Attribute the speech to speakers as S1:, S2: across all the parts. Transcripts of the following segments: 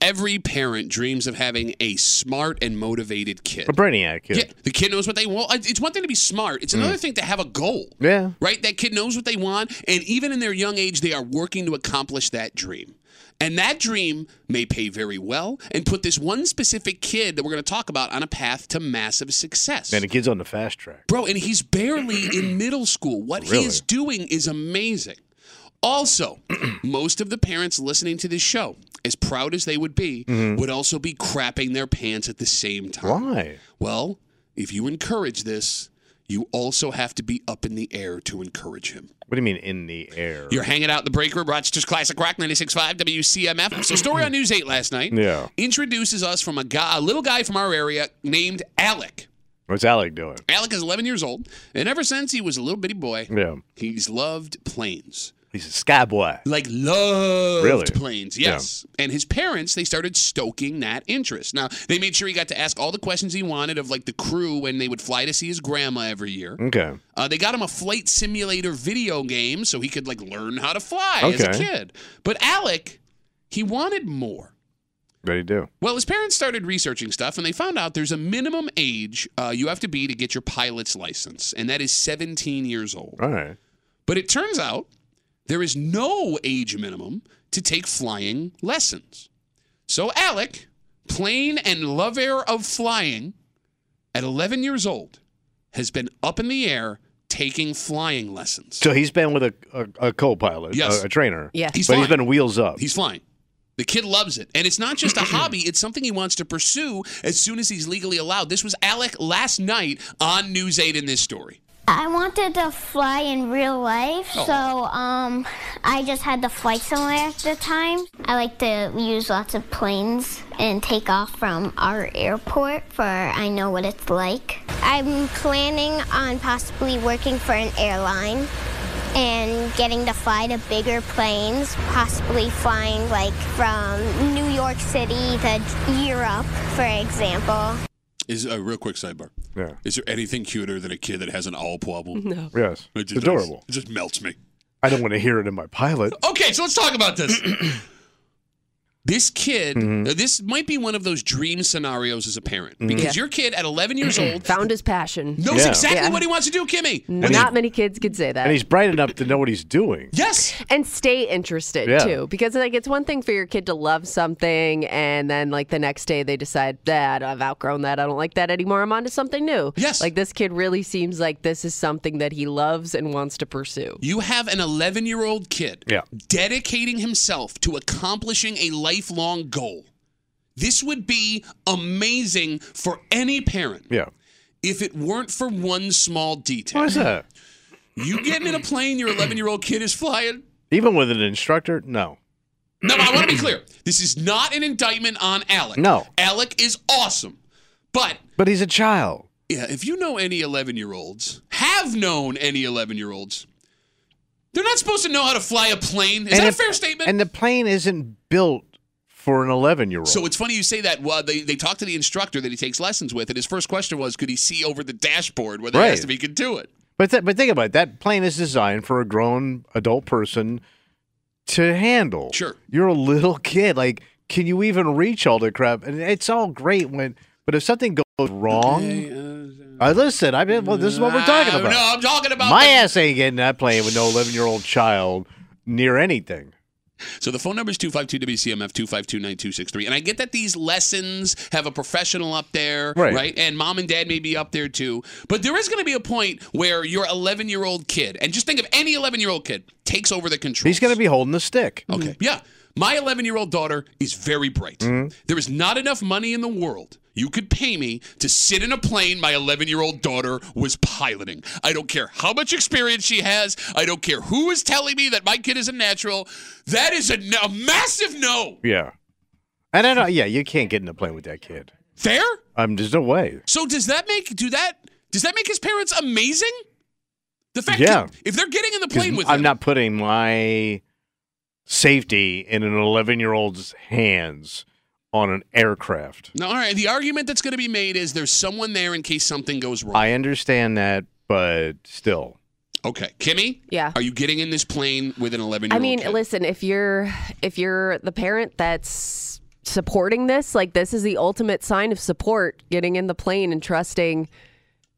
S1: Every parent dreams of having a smart and motivated kid.
S2: A brainiac kid.
S1: Yeah, the kid knows what they want. It's one thing to be smart. It's another thing to have a goal.
S2: Yeah.
S1: Right? That kid knows what they want, and even in their young age, they are working to accomplish that dream. And that dream may pay very well and put this one specific kid that we're going to talk about on a path to massive success.
S2: And the kid's on the fast track.
S1: Bro, and he's barely in middle school. What
S2: Really?
S1: he is doing is amazing. Also, most of the parents listening to this show, as proud as they would be,
S2: Mm-hmm.
S1: would also be crapping their pants at the same time.
S2: Why?
S1: Well, if you encourage this, you also have to be up in the air to encourage him.
S2: What do you mean in the air?
S1: You're hanging out in the break room, Rochester's Classic Rock 96.5 WCMF. So, story on News 8 last night
S2: Yeah.
S1: introduces us from a guy, a little guy from our area named Alec.
S2: What's Alec doing?
S1: Alec is 11 years old, and ever since he was a little bitty boy,
S2: Yeah.
S1: he's loved planes.
S2: He's a sky boy.
S1: Like loved
S2: Really?
S1: planes,
S2: Yeah.
S1: yes. And his parents, they started stoking that interest. Now they made sure he got to ask all the questions he wanted of like the crew when they would fly to see his grandma every year.
S2: Okay.
S1: Uh, they got him a flight simulator video game so he could like learn how to fly as
S2: Okay.
S1: a kid. But Alec, he wanted more.
S2: Ready to do.
S1: Well, his parents started researching stuff and they found out there's a minimum age uh, you have to be to get your pilot's license, and that is 17 years old.
S2: All right.
S1: But it turns out there is no age minimum to take flying lessons. So Alec, plane and lover of flying, at 11 years old, has been up in the air taking flying lessons.
S2: So he's been with a, a, a co pilot,
S1: Yes.
S2: a, a trainer.
S3: Yeah.
S1: He's
S2: but
S1: flying.
S2: he's been wheels up.
S1: He's flying. The kid loves it. And it's not just a hobby, it's something he wants to pursue as soon as he's legally allowed. This was Alec last night on News 8 in this story.
S4: I wanted to fly in real life, so um, I just had the flight simulator at the time. I like to use lots of planes and take off from our airport, for I know what it's like. I'm planning on possibly working for an airline and getting to fly to bigger planes, possibly flying like from New York City to Europe, for example.
S1: Is a real quick sidebar.
S2: yeah.
S1: Is there anything cuter than a kid that has an owl problem? No.
S2: Yes. It's adorable.
S1: It just melts me.
S2: I don't want to hear it in my pilot.
S1: Okay, so let's talk about this. this kid,
S2: Mm-hmm.
S1: now this might be one of those dream scenarios as a parent because
S3: Yeah.
S1: your kid at 11 years old
S3: Found his passion.
S1: knows
S2: Yeah.
S1: exactly
S3: Yeah.
S1: what he wants to do, Kimmy.
S3: Not many kids could say that.
S2: And he's bright enough to know what he's doing.
S1: Yes.
S3: and stay interested
S2: Yeah.
S3: too because like it's one thing for your kid to love something and then like the next day they decide that i've outgrown that i don't like that anymore i'm onto something new
S1: Yes.
S3: like this kid really seems like this is something that he loves and wants to pursue
S1: You have an 11 year old kid
S2: Yeah.
S1: dedicating himself to accomplishing a lifelong goal. This would be amazing for any parent
S2: Yeah.
S1: if it weren't for one small detail.
S2: Why is that?
S1: You getting in a plane, your 11 year old kid is flying.
S2: Even with an instructor? No.
S1: No, I want to be clear. This is not an indictment on Alec.
S2: No.
S1: Alec is awesome. But
S2: But he's a child.
S1: yeah, if you know any 11 year olds, have known any 11 year olds, they're not supposed to know how to fly a plane. Is that a
S2: the-
S1: fair statement?
S2: And the plane isn't built for an 11 year old.
S1: So it's funny you say that. Well, they, they talked to the instructor that he takes lessons with, and his first question was, could he see over the dashboard where they
S2: Right.
S1: asked if he could do it?
S2: But th- but think about it. That plane is designed for a grown adult person to handle.
S1: Sure.
S2: You're a little kid. Like, can you even reach all the crap? And it's all great when, but if something goes wrong, I listen. I mean, well, this is what we're talking
S1: Uh,
S2: about.
S1: No, I'm talking about
S2: My
S1: the-
S2: ass ain't getting that plane with no 11 year old child near anything.
S1: So the phone number is 252-WCMF, 252-9263. And I get that these lessons have a professional up there,
S2: Right.
S1: And mom and dad may be up there too. But there is going to be a point where your 11-year-old kid, and just think of any 11-year-old kid, takes over the controls.
S2: He's going to be holding the stick.
S1: Okay. Yeah. My 11 year old daughter is very bright.
S2: Mm-hmm.
S1: There is not enough money in the world you could pay me to sit in a plane my 11 year old daughter was piloting. I don't care how much experience she has. I don't care who is telling me that my kid is a natural. That is a, no- a massive no.
S2: Yeah. And I know, yeah, you can't get in the plane with that kid.
S1: Fair?
S2: Um, there's no way.
S1: So does that make do that does that make his parents amazing? The fact
S2: Yeah.
S1: that if they're getting in the
S2: 'Cause
S1: plane with
S2: I'm
S1: him,
S2: not putting my safety in an 11 year old's hands on an aircraft.
S1: No, all right. The argument that's going to be made is there's someone there in case something goes wrong.
S2: I understand that, but still,
S1: Okay, Kimmy.
S3: Yeah.
S1: Are you getting in this plane with an 11 year
S3: i
S1: old?
S3: mean listen if you're if you're the parent that's supporting this. Like this is the ultimate sign of support, getting in the plane and trusting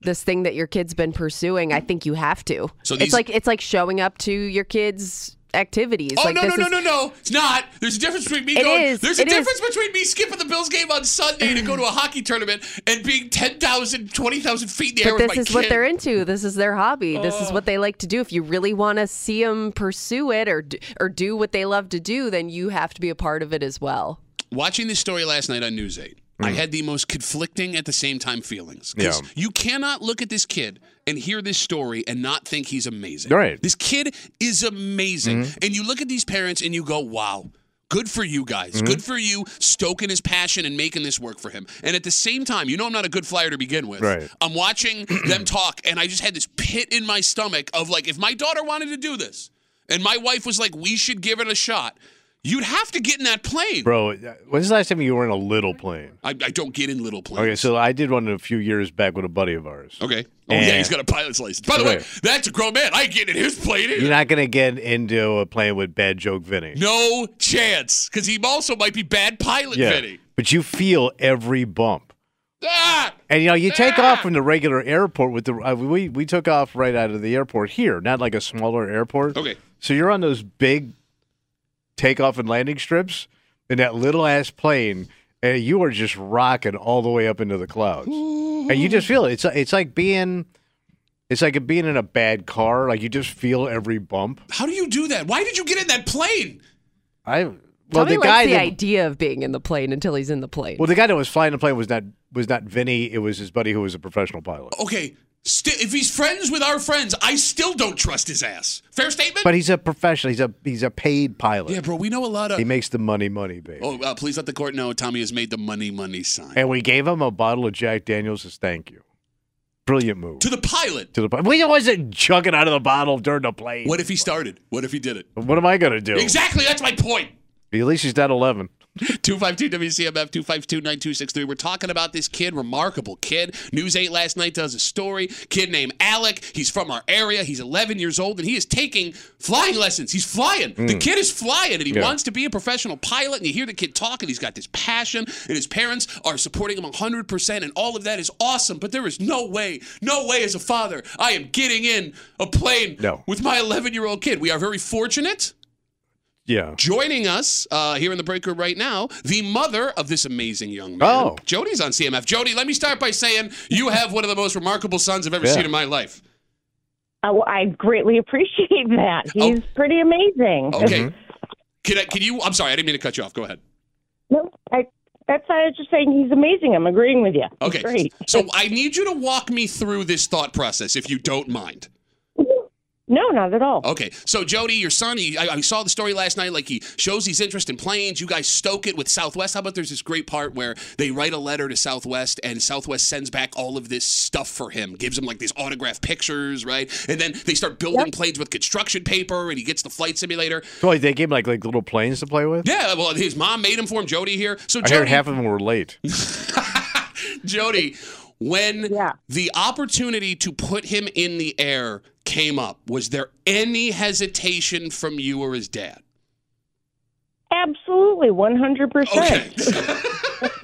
S3: this thing that your kid's been pursuing. I think you have to.
S1: So
S3: it's
S1: these-
S3: like it's like showing up to your kids' activities.
S1: Oh
S3: like
S1: no no
S3: this
S1: no
S3: is-
S1: no no! It's not. There's a difference between me
S3: It
S1: going.
S3: is.
S1: There's a
S3: It is.
S1: difference between me skipping the Bills game on Sunday to go to a hockey tournament and being 10,000, 20,000 feet in the air with
S3: But this
S1: my
S3: is
S1: kid. Oh.
S3: what they're into. This is their hobby. This is what they like to do. If you really want to see them pursue it or d- or do what they love to do, then you have to be a part of it as well.
S1: Watching this story last night on News 8, I had the most conflicting at the same time feelings. 'Cause
S2: Mm. Yeah.
S1: You cannot look at this kid and hear this story and not think he's amazing.
S2: Right. Mm-hmm.
S1: This kid is amazing. And you look at these parents and you go, wow. Good for you guys.
S2: Mm-hmm.
S1: Good for you stoking his passion and making this work for him. And at the same time, you know I'm not a good flyer to begin with.
S2: Right.
S1: I'm watching them talk, and I just had this pit in my stomach of like, if my daughter wanted to do this, and my wife was like, we should give it a shot, you'd have to get in that plane.
S2: Bro, when's the last time you were in a little plane?
S1: I, I don't get in little planes.
S2: Okay, so I did one a few years back with a buddy of ours.
S1: okay. Oh yeah,
S2: And-
S1: he's got a pilot's license. By the way,
S2: Right.
S1: that's a grown man. I ain't getting in his plane. either.
S2: You're not gonna get into a plane with bad joke Vinny.
S1: no chance, because he also might be bad pilot,
S2: yeah,
S1: Vinny.
S2: but you feel every bump.
S1: Ah!
S2: And you know, you take
S1: Ah!
S2: off from the regular airport with the uh, we we took off right out of the airport here, not like a smaller airport.
S1: Okay.
S2: So you're on those big takeoff and landing strips in that little ass plane, and you are just rocking all the way up into the clouds, and you just feel it. It's it's like being. It's like being in a bad car. Like you just feel every bump.
S1: How do you do that? Why did you get in that plane?
S2: I well
S3: Tommy
S2: the
S3: likes
S2: guy
S3: the
S2: that,
S3: idea of being in the plane until he's in the plane.
S2: well the guy that was flying the plane was not was not Vinny. It was his buddy who was a professional pilot.
S1: Okay, sti- if he's friends with our friends, I still don't trust his ass. Fair statement?
S2: But he's a professional. He's a he's a paid pilot.
S1: yeah, bro, we know a lot of.
S2: He makes the money, money, baby.
S1: oh, uh, please let the court know Tommy has made the money, money sign.
S2: And we gave him a bottle of Jack Daniels as thank you. Brilliant move.
S1: to the pilot.
S2: To the point. We wasn't chugging out of the bottle during the play.
S1: What if he started? What if he did it?
S2: What am I gonna do?
S1: Exactly, that's my point.
S2: At least he's not eleven.
S1: 252 WCMF 252 9263. We're talking about this kid, remarkable kid. News 8 last night does a story. Kid named Alec. He's from our area. He's 11 years old and he is taking flying lessons. He's flying. The kid is flying and he
S2: Mm. Yeah.
S1: wants to be a professional pilot. And you hear the kid talk and he's got this passion and his parents are supporting him 100%. And all of that is awesome. But there is no way, no way as a father, I am getting in a plane
S2: No.
S1: with my 11 year old kid. We are very fortunate.
S2: Yeah.
S1: Joining us uh, here in the break room right now, the mother of this amazing young man.
S2: Oh.
S1: Jody's on CMF. Jody, let me start by saying you have one of the most remarkable sons I've ever
S2: Yeah.
S1: seen in my life.
S5: Oh, I greatly appreciate that. He's pretty amazing.
S1: Oh. Okay. Can, I, can you? I'm sorry, I didn't mean to cut you off. Go ahead.
S5: No, I, that's why I was just saying he's amazing. I'm agreeing with you. He's
S1: Okay.
S5: Great.
S1: So I need you to walk me through this thought process, if you don't mind.
S5: No, not at all.
S1: Okay. So Jody, your son, he, I, I saw the story last night. Like he shows his interest in planes. You guys stoke it with Southwest. How about there's this great part where they write a letter to Southwest, and Southwest sends back all of this stuff for him, gives him like these autographed pictures, right? And then they start building planes with construction paper, and he gets the flight simulator.
S2: So like, they gave him like like little planes to play with.
S1: Yeah. Well, his mom made him for him. Jody here. So
S2: I heard
S1: Jody,
S2: half of them were late.
S1: Jody, when
S5: Yeah.
S1: the opportunity to put him in the air came up, was there any hesitation from you or his dad?
S5: Absolutely, 100%.
S1: Okay.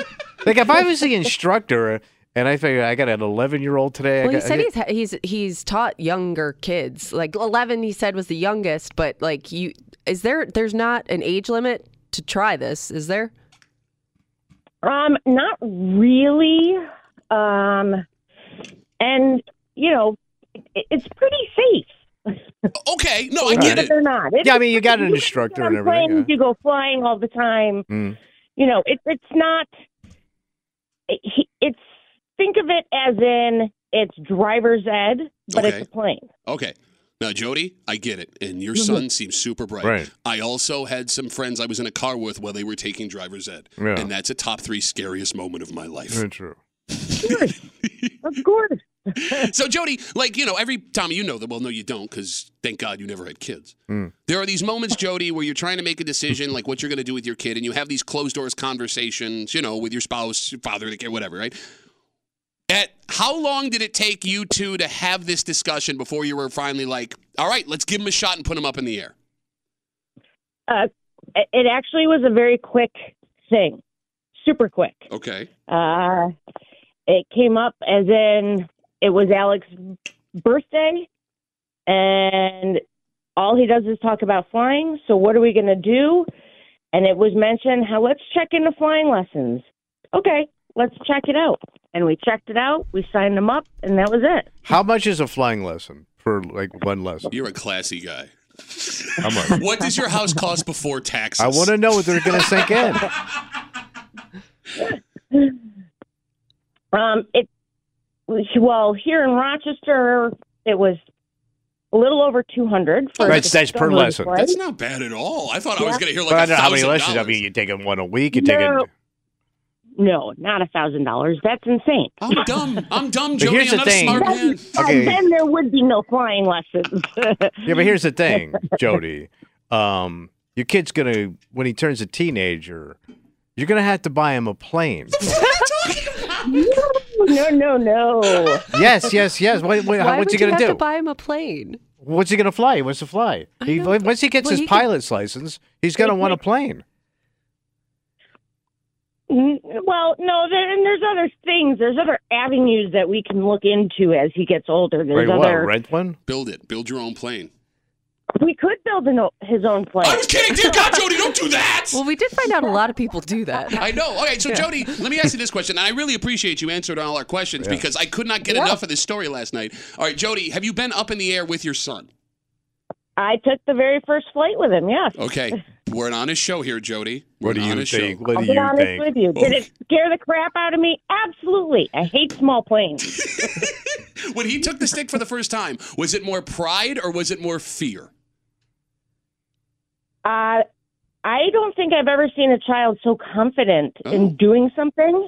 S2: like if I was the instructor and I figured I got an eleven year old today. I
S3: Well, he
S2: got,
S3: said
S2: I
S3: he's he's he's taught younger kids. Like eleven, he said was the youngest. But like you, is there? There's not an age limit to try this, is there?
S5: Um, not really. Um, and, you know, it, it's pretty safe.
S1: Okay, no, I get
S5: But
S1: it.
S5: they're not. It-
S2: Yeah, I mean, you got an
S5: get
S2: instructor
S5: on
S2: and everything,
S5: planes,
S2: yeah.
S5: You go flying all the time.
S2: Mm.
S5: You know, it, it's not. It, he- it's think of it as in it's driver's ed, but
S1: Okay.
S5: it's a plane.
S1: Okay. Now, Jody, I get it. And your son seems super bright.
S2: Mm-hmm. Right.
S1: I also had some friends I was in a car with while they were taking driver's ed.
S2: Yeah.
S1: And that's a top three scariest moment of my life.
S2: Very true.
S5: Of course.
S1: so, Jody, like, you know, every time you know that, well, no, you don't, because thank God you never had kids.
S2: Mm.
S1: There are these moments, Jody, where you're trying to make a decision, like what you're going to do with your kid, and you have these closed doors conversations, you know, with your spouse, your father, the kid, whatever, right? At how long did it take you two to have this discussion before you were finally like, all right, let's give him a shot and put him up in the air?
S5: Uh, it- it actually was a very quick thing. super quick.
S1: Okay.
S5: Uh, it came up as in it was Alex's birthday, and all he does is talk about flying. So, what are we going to do? And it was mentioned how let's check into flying lessons. Okay, let's check it out. And we checked it out, we signed him up, and that was it.
S2: How much is a flying lesson for like one lesson?
S1: You're a classy guy.
S2: How much?
S1: What does your house cost before taxes?
S2: I want to know what they're going to sink in.
S5: Um, it well here in Rochester, it was a little over two hundred.
S2: That's- that's per lesson.
S1: That's not bad at all. I thought I was going to hear like
S2: I
S1: a
S2: don't know how many
S1: thousand
S2: lessons. I
S1: dollars.
S2: mean, you take them one a week. You take
S5: No.
S2: it.
S5: No, not a thousand dollars. That's insane.
S1: I'm dumb. I'm dumb,
S2: But
S1: Jody.
S2: here's
S1: I'm
S2: the
S1: not a
S2: thing.
S1: smart
S5: Then-
S1: man.
S2: Okay.
S5: Then there would be no flying lessons.
S2: Yeah, but here's the thing, Jody. Um, your kid's gonna when he turns a teenager, you're gonna have to buy him a plane.
S5: no, no, no.
S2: yes, yes, yes. What, what, what's
S3: Why would
S2: he
S3: you
S2: gonna
S3: have
S2: do?
S3: to buy him a plane?
S2: what's he gonna fly? He wants to fly. He,
S3: know, but-
S2: once he gets
S3: well,
S2: his
S3: he could-
S2: pilot's license, he's gonna want a plane.
S5: Mm, Well, no, there, and there's other things. There's other avenues that we can look into as he gets older. There's
S2: Like what?
S5: other.
S2: Rent one?
S1: Build it. Build your own plane.
S5: We could build an, o- his own plane.
S1: I was kidding. Dear God, Jody, don't do that.
S3: Well, we did find out a lot of people do that.
S1: I know. Okay, so Jody, let me ask you this question, and I really appreciate you answered all our questions because I could not get enough of this story last night. All right, Jody, have you been up in the air with your son?
S5: I took the very first flight with him. Yes.
S1: Okay, we're an honest show here, Jody. We're
S2: What do
S1: an
S2: you
S1: honest
S2: think?
S1: Show.
S2: What
S5: I'll
S2: do
S5: be
S2: you
S5: honest with
S2: think? Oh.
S5: you. Did it scare the crap out of me? Absolutely. I hate small planes.
S1: When he took the stick for the first time, was it more pride or was it more fear?
S5: Uh, I don't think I've ever seen a child so confident
S1: Oh.
S5: in doing something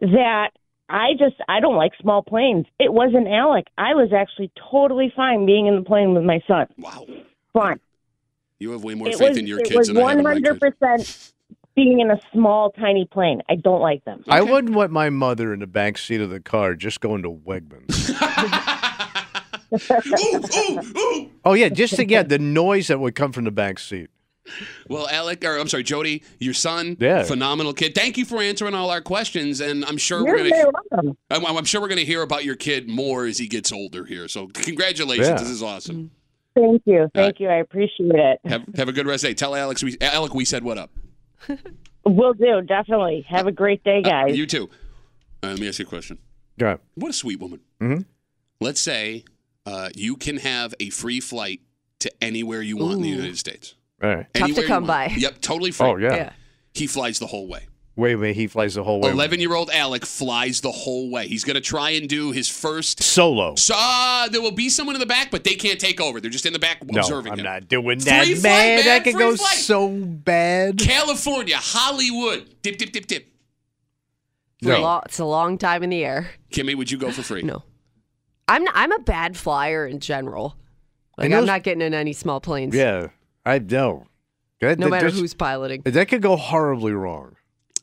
S5: that I just I don't like small planes. It wasn't Alec. I was actually totally fine being in the plane with my son.
S1: Wow,
S5: Fine.
S1: you have way more
S5: It
S1: faith
S5: was
S1: in your
S5: it
S1: kids
S5: was
S1: than I have
S5: one
S1: in my
S5: hundred
S1: kids.
S5: percent being in a small tiny plane. I don't like them.
S2: I wouldn't want my mother in the back seat of the car just going to Wegmans.
S1: Ooh, ooh, oooo.
S2: oh yeah, just to, yeah, the noise that would come from the back seat.
S1: Well, Alec, or I'm sorry, Jody, your son,
S2: Yeah.
S1: phenomenal kid. Thank you for answering all our questions, and I'm sure
S5: You're
S1: we're gonna.
S5: very welcome.
S1: I'm, I'm sure we're going to hear about your kid more as he gets older here. So congratulations,
S2: Yeah.
S1: this is awesome.
S5: Thank you.
S1: right.
S5: Thank you. I appreciate it.
S1: Have, have a good rest of the day. Tell Alex we Alec we said what up.
S5: Will do, definitely. Have a great day, guys.
S1: You too. Uh, let me ask you a question.
S2: Yeah.
S1: What a sweet woman.
S2: Mhm.
S1: Let's say uh, you can have a free flight to anywhere you want in the United States.
S2: All right.
S3: Tough to
S1: Anywhere you
S3: come
S1: want.
S3: by.
S1: Yep, totally free.
S2: Oh yeah.
S3: Yeah.
S1: He flies the whole way.
S2: Wait a minute. He flies the whole way.
S1: Eleven-year-old Alec flies the whole way. He's going to try and do his first.
S2: solo.
S1: So uh, there will be someone in the back, but they can't take over. They're just in the back
S2: No,
S1: observing
S2: I'm
S1: him.
S2: not doing
S1: Free
S2: that,
S1: flight,
S2: man.
S1: man,
S2: That could
S1: free
S2: go
S1: flight.
S2: so bad.
S1: California, Hollywood. Dip, dip, dip, dip.
S3: It's, a lo- it's a long time in the air.
S1: Kimmy, would you go for free?
S3: No. I'm not, I'm a bad flyer in general. Like
S2: And
S3: I'm
S2: those-
S3: not getting in any small planes.
S2: Yeah, I know. That,
S3: No
S2: that-
S3: matter
S2: that's-
S3: who's piloting.
S2: that could go horribly wrong.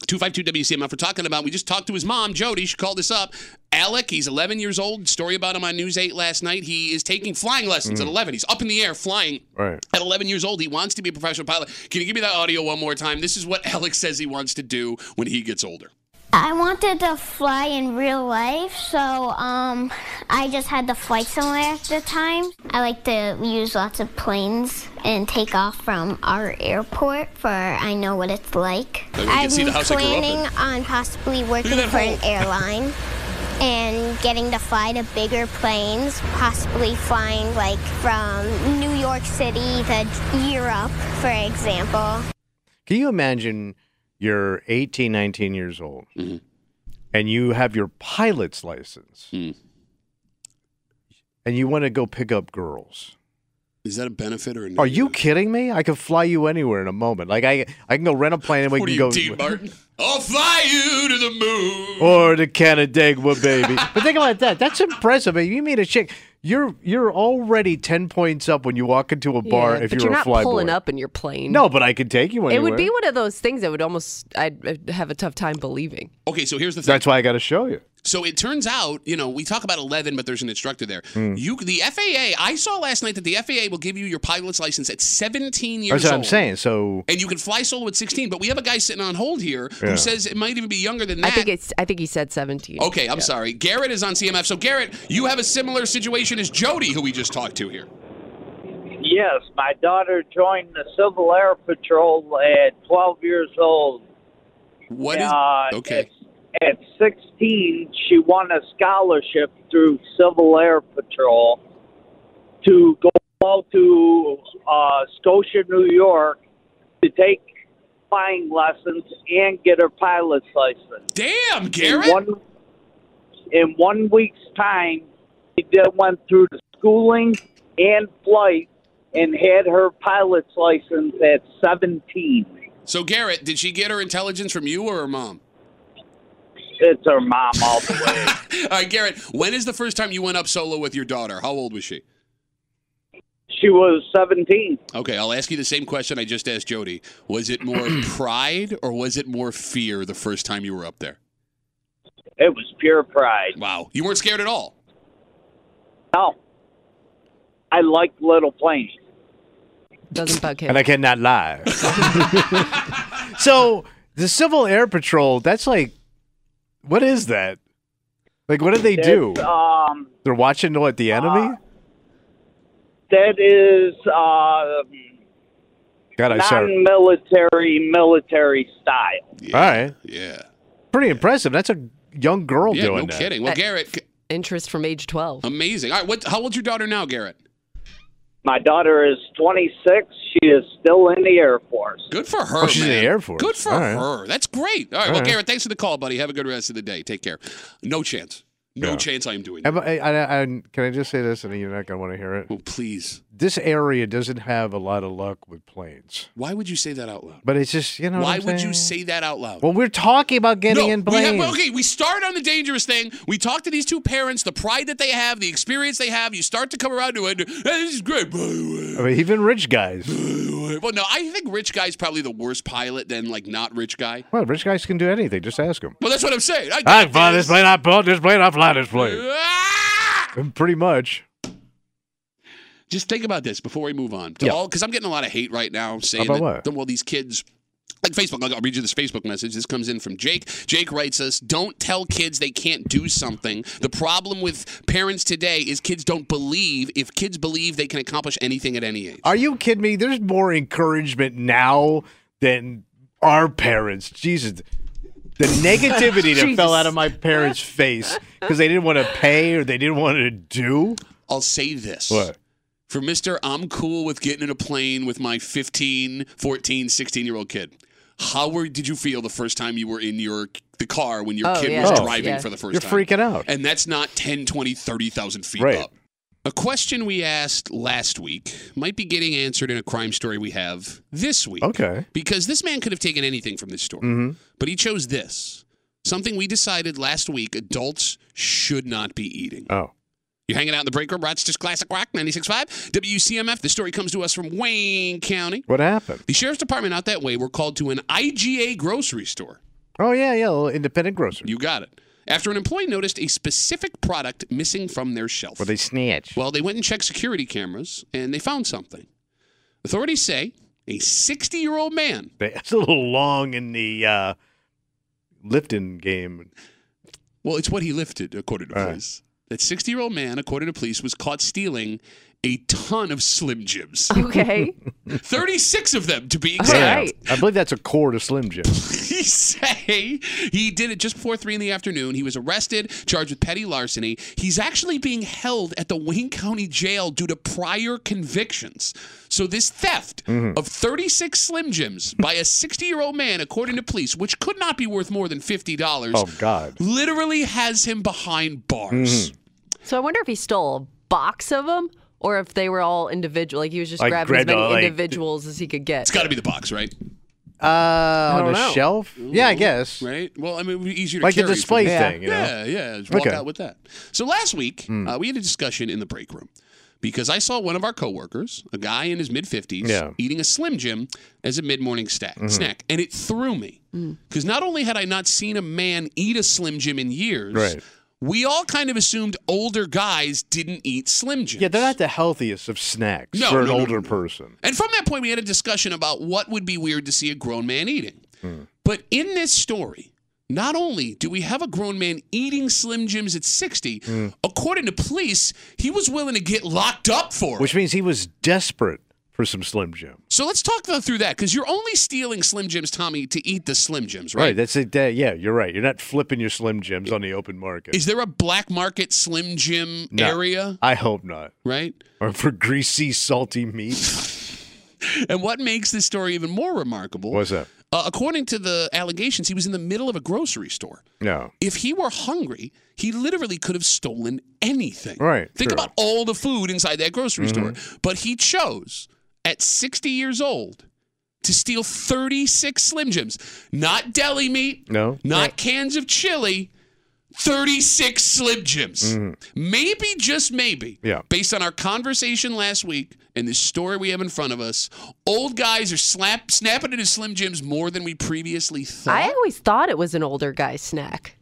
S1: 252 WCMF for talking about. We just talked to his mom, Jody. She called this up. Alec, he's 11 years old. Story about him on News 8 last night. He is taking flying lessons
S2: Mm.
S1: at 11. He's up in the air flying.
S2: Right.
S1: At 11 years old, he wants to be a professional pilot. Can you give me that audio one more time? This is what Alec says he wants to do when he gets older.
S4: I wanted to fly in real life, so um, I just had to fly somewhere at the time. I like to use lots of planes and take off from our airport for I know what it's like.
S1: Oh, you can
S4: I've
S1: see the
S4: been
S1: house I grew up in.
S4: planning on possibly working
S1: Look at that
S4: for an airline and getting to fly to bigger planes, possibly flying like from New York City to Europe, for example.
S2: Can you imagine you're 18, 19 years old,
S1: Mm-hmm.
S2: and you have your pilot's license,
S1: Mm.
S2: and you want to go pick up girls?
S1: Is that a benefit or a
S2: Are you
S1: negative?
S2: kidding me? I can fly you anywhere in a moment. Like I, I can go rent a plane and we
S1: What are
S2: can
S1: you,
S2: go.
S1: Dean Martin? I'll fly you to the moon.
S2: or the Canandaigua baby. but think about that. That's impressive. If you meet a chick, you're you're already ten points up when you walk into a bar
S3: Yeah,
S2: if
S3: but
S2: you're,
S3: you're
S2: a
S3: not
S2: fly
S3: pulling
S2: boy.
S3: up in your plane.
S2: No, but I could take you
S3: It
S2: anywhere.
S3: would be one of those things that would almost I'd, I'd have a tough time believing.
S1: Okay, so here's the thing.
S2: That's why I got to show you.
S1: So it turns out, you know, we talk about 11, but there's an instructor there.
S2: Hmm.
S1: You, the FAA, I saw last night that the FAA will give you your pilot's license at 17 years
S2: That's what
S1: old.
S2: I'm saying. So
S1: And you can fly solo at 16, but we have a guy sitting on hold here
S2: Yeah.
S1: who says it might even be younger than that.
S3: I think it's. I think he said 17.
S2: Oh.
S1: Okay, I'm sorry. Garrett is on CMF. So, Garrett, you have a similar situation as Jody, who we just talked to here.
S6: Yes, my daughter joined the Civil Air Patrol at 12 years old.
S1: What is.
S6: Uh,
S1: okay.
S6: At, at 16, she won a scholarship through Civil Air Patrol to go out to uh, Scotia, New York, to take flying lessons and get her pilot's license.
S1: Damn,
S6: In
S1: Garrett.
S6: one, in one week's time, she did went through the schooling and flight and had her pilot's license at 17.
S1: So, Garrett, did she get her intelligence from you or her mom?
S6: It's her mom all the way.
S1: All right, Garrett, when is the first time you went up solo with your daughter? How old was she?
S6: She was 17.
S1: Okay, I'll ask you the same question I just asked Jody. Was it more pride or was it more fear the first time you were up there?
S6: It was pure pride.
S1: Wow. You weren't scared at all.
S6: No. I like little planes.
S3: Doesn't bug him.
S2: and I cannot lie. so the Civil Air Patrol, that's like, what is that? Like, what do they do?
S6: It's, um, uh,
S2: They're watching what the enemy?
S6: that is um
S2: God, I sorry.
S6: non-military, military style.
S1: Yeah.
S2: All right,
S1: Yeah.
S2: pretty impressive. That's a young girl
S1: Yeah,
S2: doing
S1: no
S2: that.
S1: kidding. Well,
S3: That-
S1: Garrett, c-
S3: Interest from age 12.
S1: amazing. All right, what, how old's your daughter now, Garrett?
S6: My daughter is 26. She is still in the Air Force.
S1: Good for her.
S2: Oh, she's in
S1: man.
S2: the Air Force.
S1: Good for
S2: All right.
S1: her. That's great. All right. well,
S2: right.
S1: Garrett, thanks for the call, buddy. Have a good rest of the day. Take care. No chance. No chance I am doing that.
S2: Am I- I- I- can I just say this, and you're not gonna want to hear it?
S1: Oh, please.
S2: This area doesn't have a lot of luck with planes,
S1: Why would you say that out loud?
S2: but it's just you know. what
S1: Why
S2: I'm
S1: would you
S2: saying?
S1: say that out loud?
S2: Well, we're talking about getting
S1: no,
S2: in
S1: we
S2: planes.
S1: have, okay, we start on the dangerous thing. We talk to these two parents, the pride that they have, the experience they have. You start to come around to it. Hey, this is great, by the
S2: I
S1: way.
S2: mean, even rich guys.
S1: by the way. Well, no, I think rich guy's probably the worst pilot than like not rich guy.
S2: Well, rich guys can do anything. Just ask them.
S1: Well, that's what I'm saying. I,
S2: I fly this plane. I built this plane. I fly this plane.
S1: Ah!
S2: Pretty much.
S1: just think about this before we move on. To
S2: Yeah.
S1: all because I'm getting a lot of hate right now saying
S2: About
S1: that,
S2: what?
S1: that, well these kids like Facebook, I'll I'll read you this Facebook message. This comes in from Jake. Jake writes us, Don't tell kids they can't do something. The problem with parents today is kids don't believe. If kids believe, they can accomplish anything at any age.
S2: Are you kidding me? There's more encouragement now than our parents. Jesus. The negativity that fell out of my parents' face because they didn't want to pay or they didn't want to do.
S1: I'll say this.
S2: What?
S1: For Mr. I'm cool with getting in a plane with my 15, 14, 16 year old kid. How were, did you feel the first time you were in your the car when your
S3: Oh,
S1: kid
S3: yeah.
S1: was
S2: Oh.
S1: driving
S3: Yeah.
S1: for the 1st
S2: You're
S1: time?
S2: freaking out.
S1: And that's not 10, 20, 30,000 feet
S2: Right.
S1: up. A question we asked last week might be getting answered in a crime story we have this week.
S2: Okay. Mm-hmm.
S1: Because this man could have taken anything from this story, but he chose this something we decided last week adults should not be eating.
S2: Oh.
S1: You're hanging out in the break room, Rochester's Classic Rock 96.5, WCMF. The story comes to us from Wayne County.
S2: What happened?
S1: The sheriff's department out that way were called to an IGA grocery store.
S2: Oh, yeah, yeah. little independent grocer.
S1: You got it. After an employee noticed a specific product missing from their shelf.
S2: Where they snitch.
S1: Well, they went and checked security cameras and they found something. Authorities say a 60 year old man,
S2: That's a little long in the uh, lifting game.
S1: well, it's what he lifted, according to
S2: All right.
S1: police. That 60 year old man, according to police, was caught stealing a ton of Slim Jims.
S2: Oh.
S3: Okay.
S1: 36 of them, to be
S3: All
S1: exact.
S3: right.
S2: I believe that's a core to Slim Jim.
S1: He say he did it just before three in the afternoon. He was arrested, charged with petty larceny. He's actually being held at the Wayne County Jail due to prior convictions. So this theft
S2: Mm-hmm.
S1: of 36 Slim Jims by a 60-year-old man, according to police, which could not be worth more than fifty dollars,
S2: Oh, God. Mm-hmm.
S1: literally has him behind bars.
S3: So I wonder if he stole a box of them or if they were all individual. Like he was just
S2: Like,
S3: grabbing as
S2: grabbed
S3: many
S2: all, like-
S3: individuals as he could get.
S1: It's got to be the box, right?
S2: Uh, on a
S3: don't know.
S2: shelf? Yeah, I guess.
S1: Right. Well, I mean, it would be easier
S2: Like
S1: to
S2: the
S1: carry for
S2: display
S1: me.
S2: thing, you know?
S1: Yeah, yeah. Just walk
S2: Okay. Hmm.
S1: out with that. So last week, uh, we had a discussion in the break room because I saw one of our coworkers, a guy in his mid 50s,
S2: Yeah. Mm-hmm.
S1: eating a Slim Jim as a mid morning snack, snack. And it threw me because not only had I not seen a man eat a Slim Jim in years,
S2: Right.
S1: we all kind of assumed older guys didn't eat Slim Jims.
S2: Yeah, they're not the healthiest of snacks
S1: No,
S2: for an
S1: no, no,
S2: older
S1: no, no.
S2: person.
S1: And from that point, we had a discussion about what would be weird to see a grown man eating.
S2: Hmm.
S1: But in this story, not only do we have a grown man eating Slim Jims at 60,
S2: Hmm.
S1: according to police, he was willing to get locked up for it.
S2: Which means he was desperate for some Slim Jim.
S1: so let's talk though through that because you're only stealing Slim Jims, Tommy, to eat the Slim Jims, right?
S2: Right. That's it. That, yeah, you're right. You're not flipping your Slim Jims on the open market.
S1: Is there a black market Slim Jim
S2: No.
S1: area,
S2: I hope not.
S1: right?
S2: Or for greasy, salty meat.
S1: And what makes this story even more remarkable?
S2: What's that?
S1: uh, according to the allegations, he was in the middle of a grocery store.
S2: No.
S1: if he were hungry, he literally could have stolen anything.
S2: Right, Mm-hmm.
S1: Think
S2: true.
S1: about all the food inside that grocery store. But he chose at 60 years old to steal 36 Slim Jims, not deli meat,
S2: No.
S1: not cans of chili. 36 Slim Jims. Maybe, just maybe,
S2: Mm-hmm. Yeah.
S1: based on our conversation last week and this story we have in front of us, old guys are slap, snapping at his Slim Jims more than we previously thought.
S3: I always thought it was an older guy snack.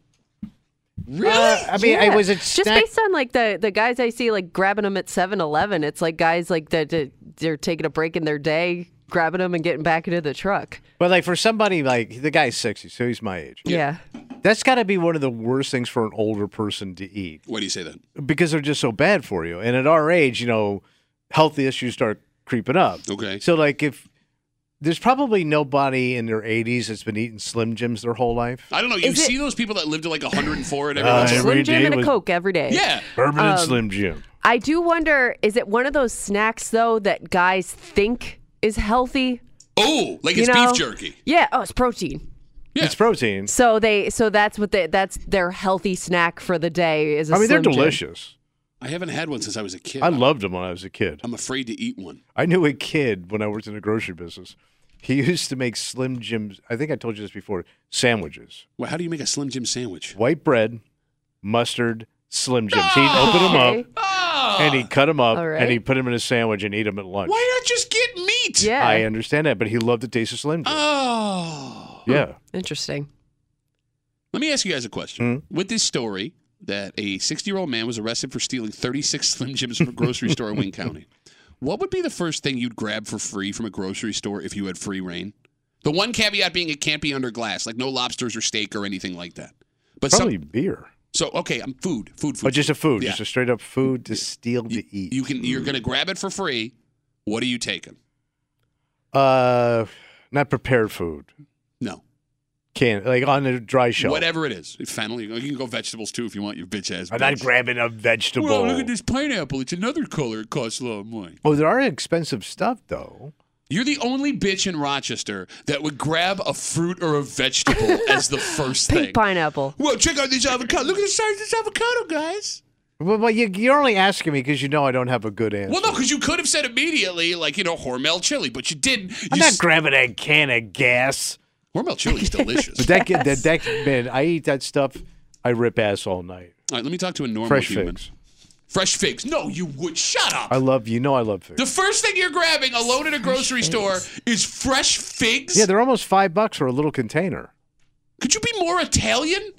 S1: really?
S2: Uh, I mean, I
S3: Yeah.
S2: was it
S3: just based on like the the guys I see like grabbing them at 7-Eleven. It's like guys like that that- they're taking a break in their day, grabbing them and getting back into the truck.
S2: but like for somebody like the guy's sixty, so he's my age.
S3: Yeah.
S2: That's got to be one of the worst things for an older person to eat
S1: Why do you say that?
S2: because they're just so bad for you. And at our age, you know, health issues start creeping up.
S1: Okay.
S2: So like if there's probably nobody in their 80s that's been eating Slim Jims their whole life.
S1: I don't know. You
S3: Is it-
S1: see those people that live to like 104 and
S2: Uh,
S1: everything. else?
S2: every
S3: Slim Jim
S2: day
S3: and a
S2: was-
S3: Coke every day.
S1: yeah.
S2: Urban and
S3: Um,
S2: Slim Jim.
S3: I do wonder is it one of those snacks though that guys think is healthy?
S1: Oh, like it's
S3: you know?
S1: beef jerky.
S3: Yeah, oh, it's protein.
S1: Yeah.
S2: It's protein.
S3: So they so that's what they that's their healthy snack for the day is I
S2: I mean, they're
S3: Slim Jim.
S2: delicious.
S1: I haven't had one since I was a kid.
S2: I loved them when I was a kid.
S1: I'm afraid to eat one.
S2: I knew a kid when I worked in the grocery business. He used to make Slim Jims, I think I told you this before, sandwiches.
S1: Well, how do you make a Slim Jim sandwich?
S2: White bread, mustard, Slim Jims. He'd open them up and he'd cut them up
S3: Oh. All
S2: and
S3: right.
S2: he'd put them in a sandwich and eat them at lunch.
S1: Ah! Why not just get meat?
S3: Yeah.
S2: I understand that, but he loved the taste of Slim Jim.
S1: Oh.
S2: yeah.
S3: Interesting.
S1: Let me ask you guys a question.
S2: Hmm?
S1: With this story that a 60 year old man was arrested for stealing 36 Slim Jims from a grocery store in Wayne County, what would be the first thing you'd grab for free from a grocery store if you had free reign? The one caveat being it can't be under glass, like no lobsters or steak or anything like that. But some,
S2: Probably beer.
S1: So okay, I'm food, food, food.
S2: But just a food,
S1: Yeah.
S2: just a straight up food to steal to eat.
S1: you can you're gonna grab it for free. What are you taking?
S2: uh, not prepared food.
S1: No,
S2: Can like on a dry shelf.
S1: whatever it is, fennel. You, you can go vegetables too if you want. Your bitch ass.
S2: I'm not
S1: bitch.
S2: grabbing a vegetable.
S1: Well, look at this pineapple. It's another color. It costs a lot of money.
S2: Oh, there are expensive stuff though.
S1: You're the only bitch in Rochester that would grab a fruit or a vegetable as the first
S3: Pink
S1: thing.
S3: pineapple.
S1: well, check out this avocado. Look at the size of this avocado, guys.
S2: Well, well you, you're only asking me because you know I don't have a good answer.
S1: Well, no, because you could have said immediately, like, you know, Hormel chili, but you didn't. You
S2: I'm not
S1: s-
S2: grabbing that can of gas.
S1: Hormel chili's delicious.
S2: But that, that that man, I eat that stuff. I rip ass all night.
S1: All right, let me talk to a normal
S2: Fresh
S1: human.
S2: figs.
S1: Fresh figs. No, you would. Shut up.
S2: I love you know I love figs.
S1: The first thing you're grabbing alone at a grocery store is fresh figs.
S2: Yeah, they're almost five bucks for a little container.
S1: Could you be more Italian?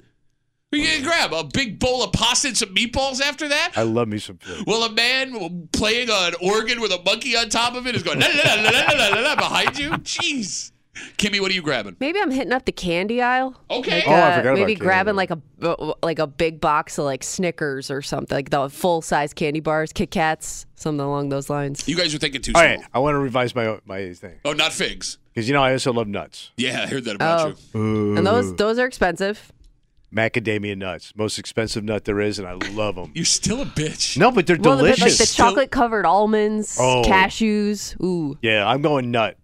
S1: You're gonna grab a big bowl of pasta and some meatballs after that.
S2: I love me some figs.
S1: well, a man playing an organ with a monkey on top of it is going la la la la la la la behind you. Jeez, Kimmy, what are you grabbing?
S3: Maybe I'm hitting up the candy aisle.
S1: Okay.
S3: Like,
S2: Oh, I
S3: uh,
S2: forgot about candy.
S3: maybe grabbing like a bu- like a big box of like Snickers or something, like the full size candy bars, Kit Kats, something along those lines.
S1: You guys are thinking too
S2: All
S1: small.
S2: right, I want to revise my my thing
S1: Oh, not figs.
S2: because you know I also love nuts.
S1: Yeah, I heard that about
S3: Oh.
S1: you.
S3: And those those are expensive.
S2: Macadamia nuts, most expensive nut there is, and I love them.
S1: You're still a bitch.
S2: no, but they're
S3: Well, the, like
S2: delicious.
S3: the
S1: Still-
S3: chocolate covered almonds,
S2: Oh.
S3: cashews. Ooh,
S2: yeah, I'm going nut.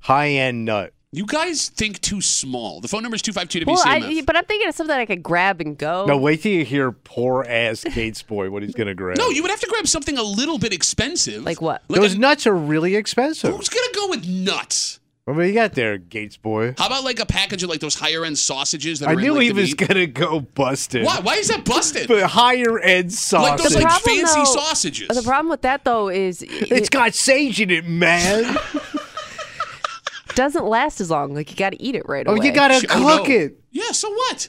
S2: High end nut.
S1: You guys think too small. The phone number is two five two to be
S3: well, I, but I'm thinking of something I could grab and go.
S2: Now wait till you hear poor ass Gates boy what he's gonna grab.
S1: No, you would have to grab something a little bit expensive.
S3: Like what?
S1: Like
S2: Those
S1: a-
S2: nuts are really expensive.
S1: Who's gonna go with nuts?
S2: What do you got there, Gates boy?
S1: How about like a package of like those higher end sausages that
S2: I
S1: are in,
S2: knew
S1: like,
S2: he
S1: the
S2: was
S1: meat?
S2: gonna go busted.
S1: Why? Why is that busted?
S2: But higher
S1: like
S2: end sausage.
S1: those like
S3: problem,
S1: fancy
S3: though-
S1: sausages.
S3: The problem with that though is
S2: it's
S3: it
S2: got sage in it, man.
S3: doesn't last as long. Like you got to eat it right
S2: oh,
S3: away.
S2: you gotta
S1: Oh, no.
S2: cook it.
S1: Yeah. So what?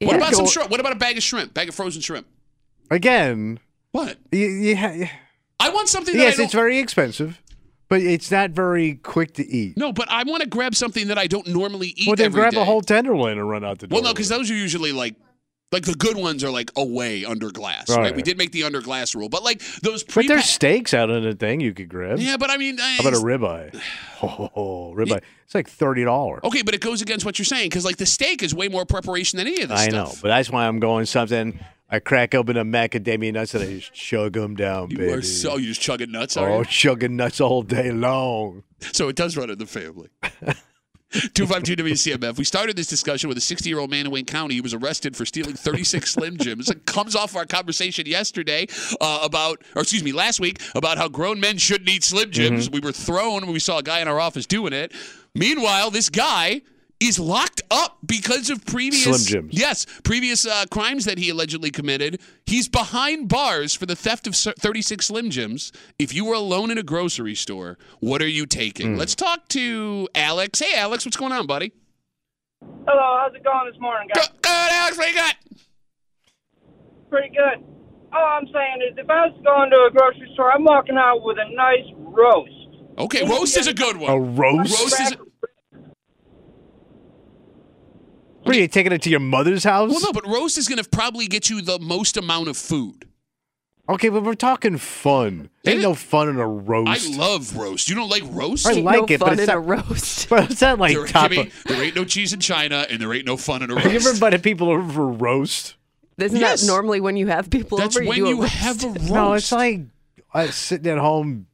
S3: Yeah.
S1: What about some
S3: Go-
S1: shrimp? What about a bag of shrimp? Bag of frozen shrimp.
S2: Again,
S1: What?
S2: you, you ha-
S1: I want something that I
S2: yes,
S1: don't.
S2: it's very expensive, but it's not very quick to eat.
S1: no, but I want to grab something that I don't normally eat.
S2: well, then
S1: every
S2: grab
S1: day.
S2: a whole tenderloin and run out the door.
S1: Well, no, because
S2: with
S1: those are usually like. Like the good ones are like away under glass,
S2: All
S1: right?
S2: right.
S1: We did make the under glass rule, but like those
S2: it. but
S1: pre
S2: there's steaks out on the thing you could grab.
S1: yeah, but I mean, I-
S2: How about a ribeye? Oh, ribeye. It's like thirty dollars.
S1: okay, but it goes against what you're saying because like the steak is way more preparation than any of this
S2: I
S1: stuff.
S2: know, but that's why I'm going something. I crack open a macadamia nuts and I just chug them down,
S1: You
S2: baby.
S1: are so you just chugging nuts. Are
S2: oh,
S1: you?
S2: chugging nuts all day long.
S1: So it does run in the family. 252 WCMF. We started this discussion with a 60 year old man in Wayne County who was arrested for stealing 36 Slim Jims. It comes off our conversation yesterday uh, about, or excuse me, last week about how grown men shouldn't eat
S2: Mm-hmm.
S1: Slim Jims. We were thrown when we saw a guy in our office doing it. Meanwhile, this guy is locked up because of previous
S2: Slim Jims.
S1: Yes, previous uh, crimes that he allegedly committed. He's behind bars for the theft of cer- 36 Slim Jims. If you were alone in a grocery store, what are you taking?
S2: Hmm.
S1: Let's talk to Alex. Hey, Alex, what's going on, buddy?
S7: Hello, how's it going this morning,
S1: Go-
S7: guys?
S1: Good, Alex. What you got?
S7: Pretty good. All I'm saying is, if I was going to a grocery store, I'm walking out with a nice roast.
S1: Okay, roast is a good
S2: A
S1: one.
S2: roast?
S1: Roast is. A-
S2: What are you taking it to your mother's house?
S1: well, no, but roast is going to probably get you the most amount of food.
S2: Okay, but we're talking fun.
S1: It
S2: Ain't
S1: is-
S2: no fun in a roast.
S1: I love roast. You don't like roast?
S2: I
S3: Ain't
S2: like
S3: no
S2: it, but
S3: fun
S2: it's
S3: in
S2: not-
S3: a roast.
S2: but it's not like
S1: There,
S2: top.
S1: Jimmy,
S2: of-
S1: there ain't no cheese in China, and there ain't no fun in a
S2: Have you ever
S1: roast.
S2: invited people over for roast?
S3: Isn't
S1: Yes.
S3: that normally when you have people
S1: That's
S3: over?
S1: when
S3: you, do a
S1: you
S3: roast?
S1: have a roast.
S2: No, it's like uh, sitting at home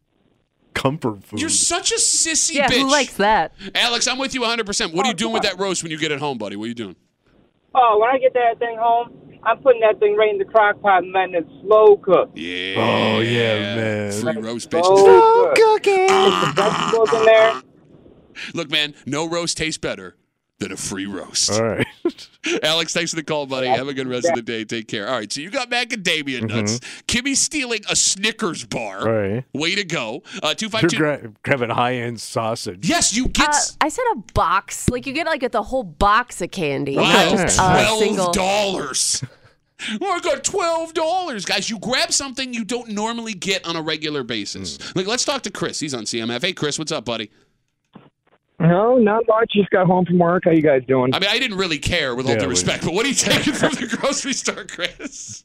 S2: comfort food.
S1: You're such a sissy
S3: yeah.
S1: bitch.
S3: Who likes that? Uh,
S1: Alex, I'm with you 100%. What are you
S2: Oh,
S1: doing with that roast when you get it home, buddy? What are you doing?
S7: Oh, when I get that thing home, I'm putting that thing right in the crock pot and letting it slow cook.
S1: Yeah.
S2: Oh, yeah, man.
S1: Free roast, bitches.
S7: Oh.
S2: no cooking.
S1: Ah.
S7: Vegetables in
S8: Uh-huh.
S7: there.
S1: Look, man, no roast tastes better than a free roast.
S2: All right.
S1: Alex, thanks for the call, buddy. Have a good rest of the day. Take care. All right, so you got macadamia nuts. Kimmy stealing a Snickers bar.
S2: Mm-hmm. All right.
S1: Way to go. Uh,
S2: You're
S1: 252.
S2: gra- grabbing high end sausage.
S1: yes, you get.
S3: Uh,
S1: s-
S3: I said a box. Like you get like the whole box of candy,
S1: Wow,
S3: not just a
S1: twelve
S8: Uh,
S3: single.
S1: dollars. Oh, I got twelve dollars, guys. You grab something you don't normally get on a regular basis.
S8: Mm.
S1: Like, let's talk to Chris. He's on CMF. Hey, Chris, what's up, buddy?
S8: No, not much. Just got home from work. How you guys doing?
S1: I mean, I didn't really care with all
S2: Yeah,
S1: due
S2: we-
S1: respect, but what are you taking from the grocery store, Chris?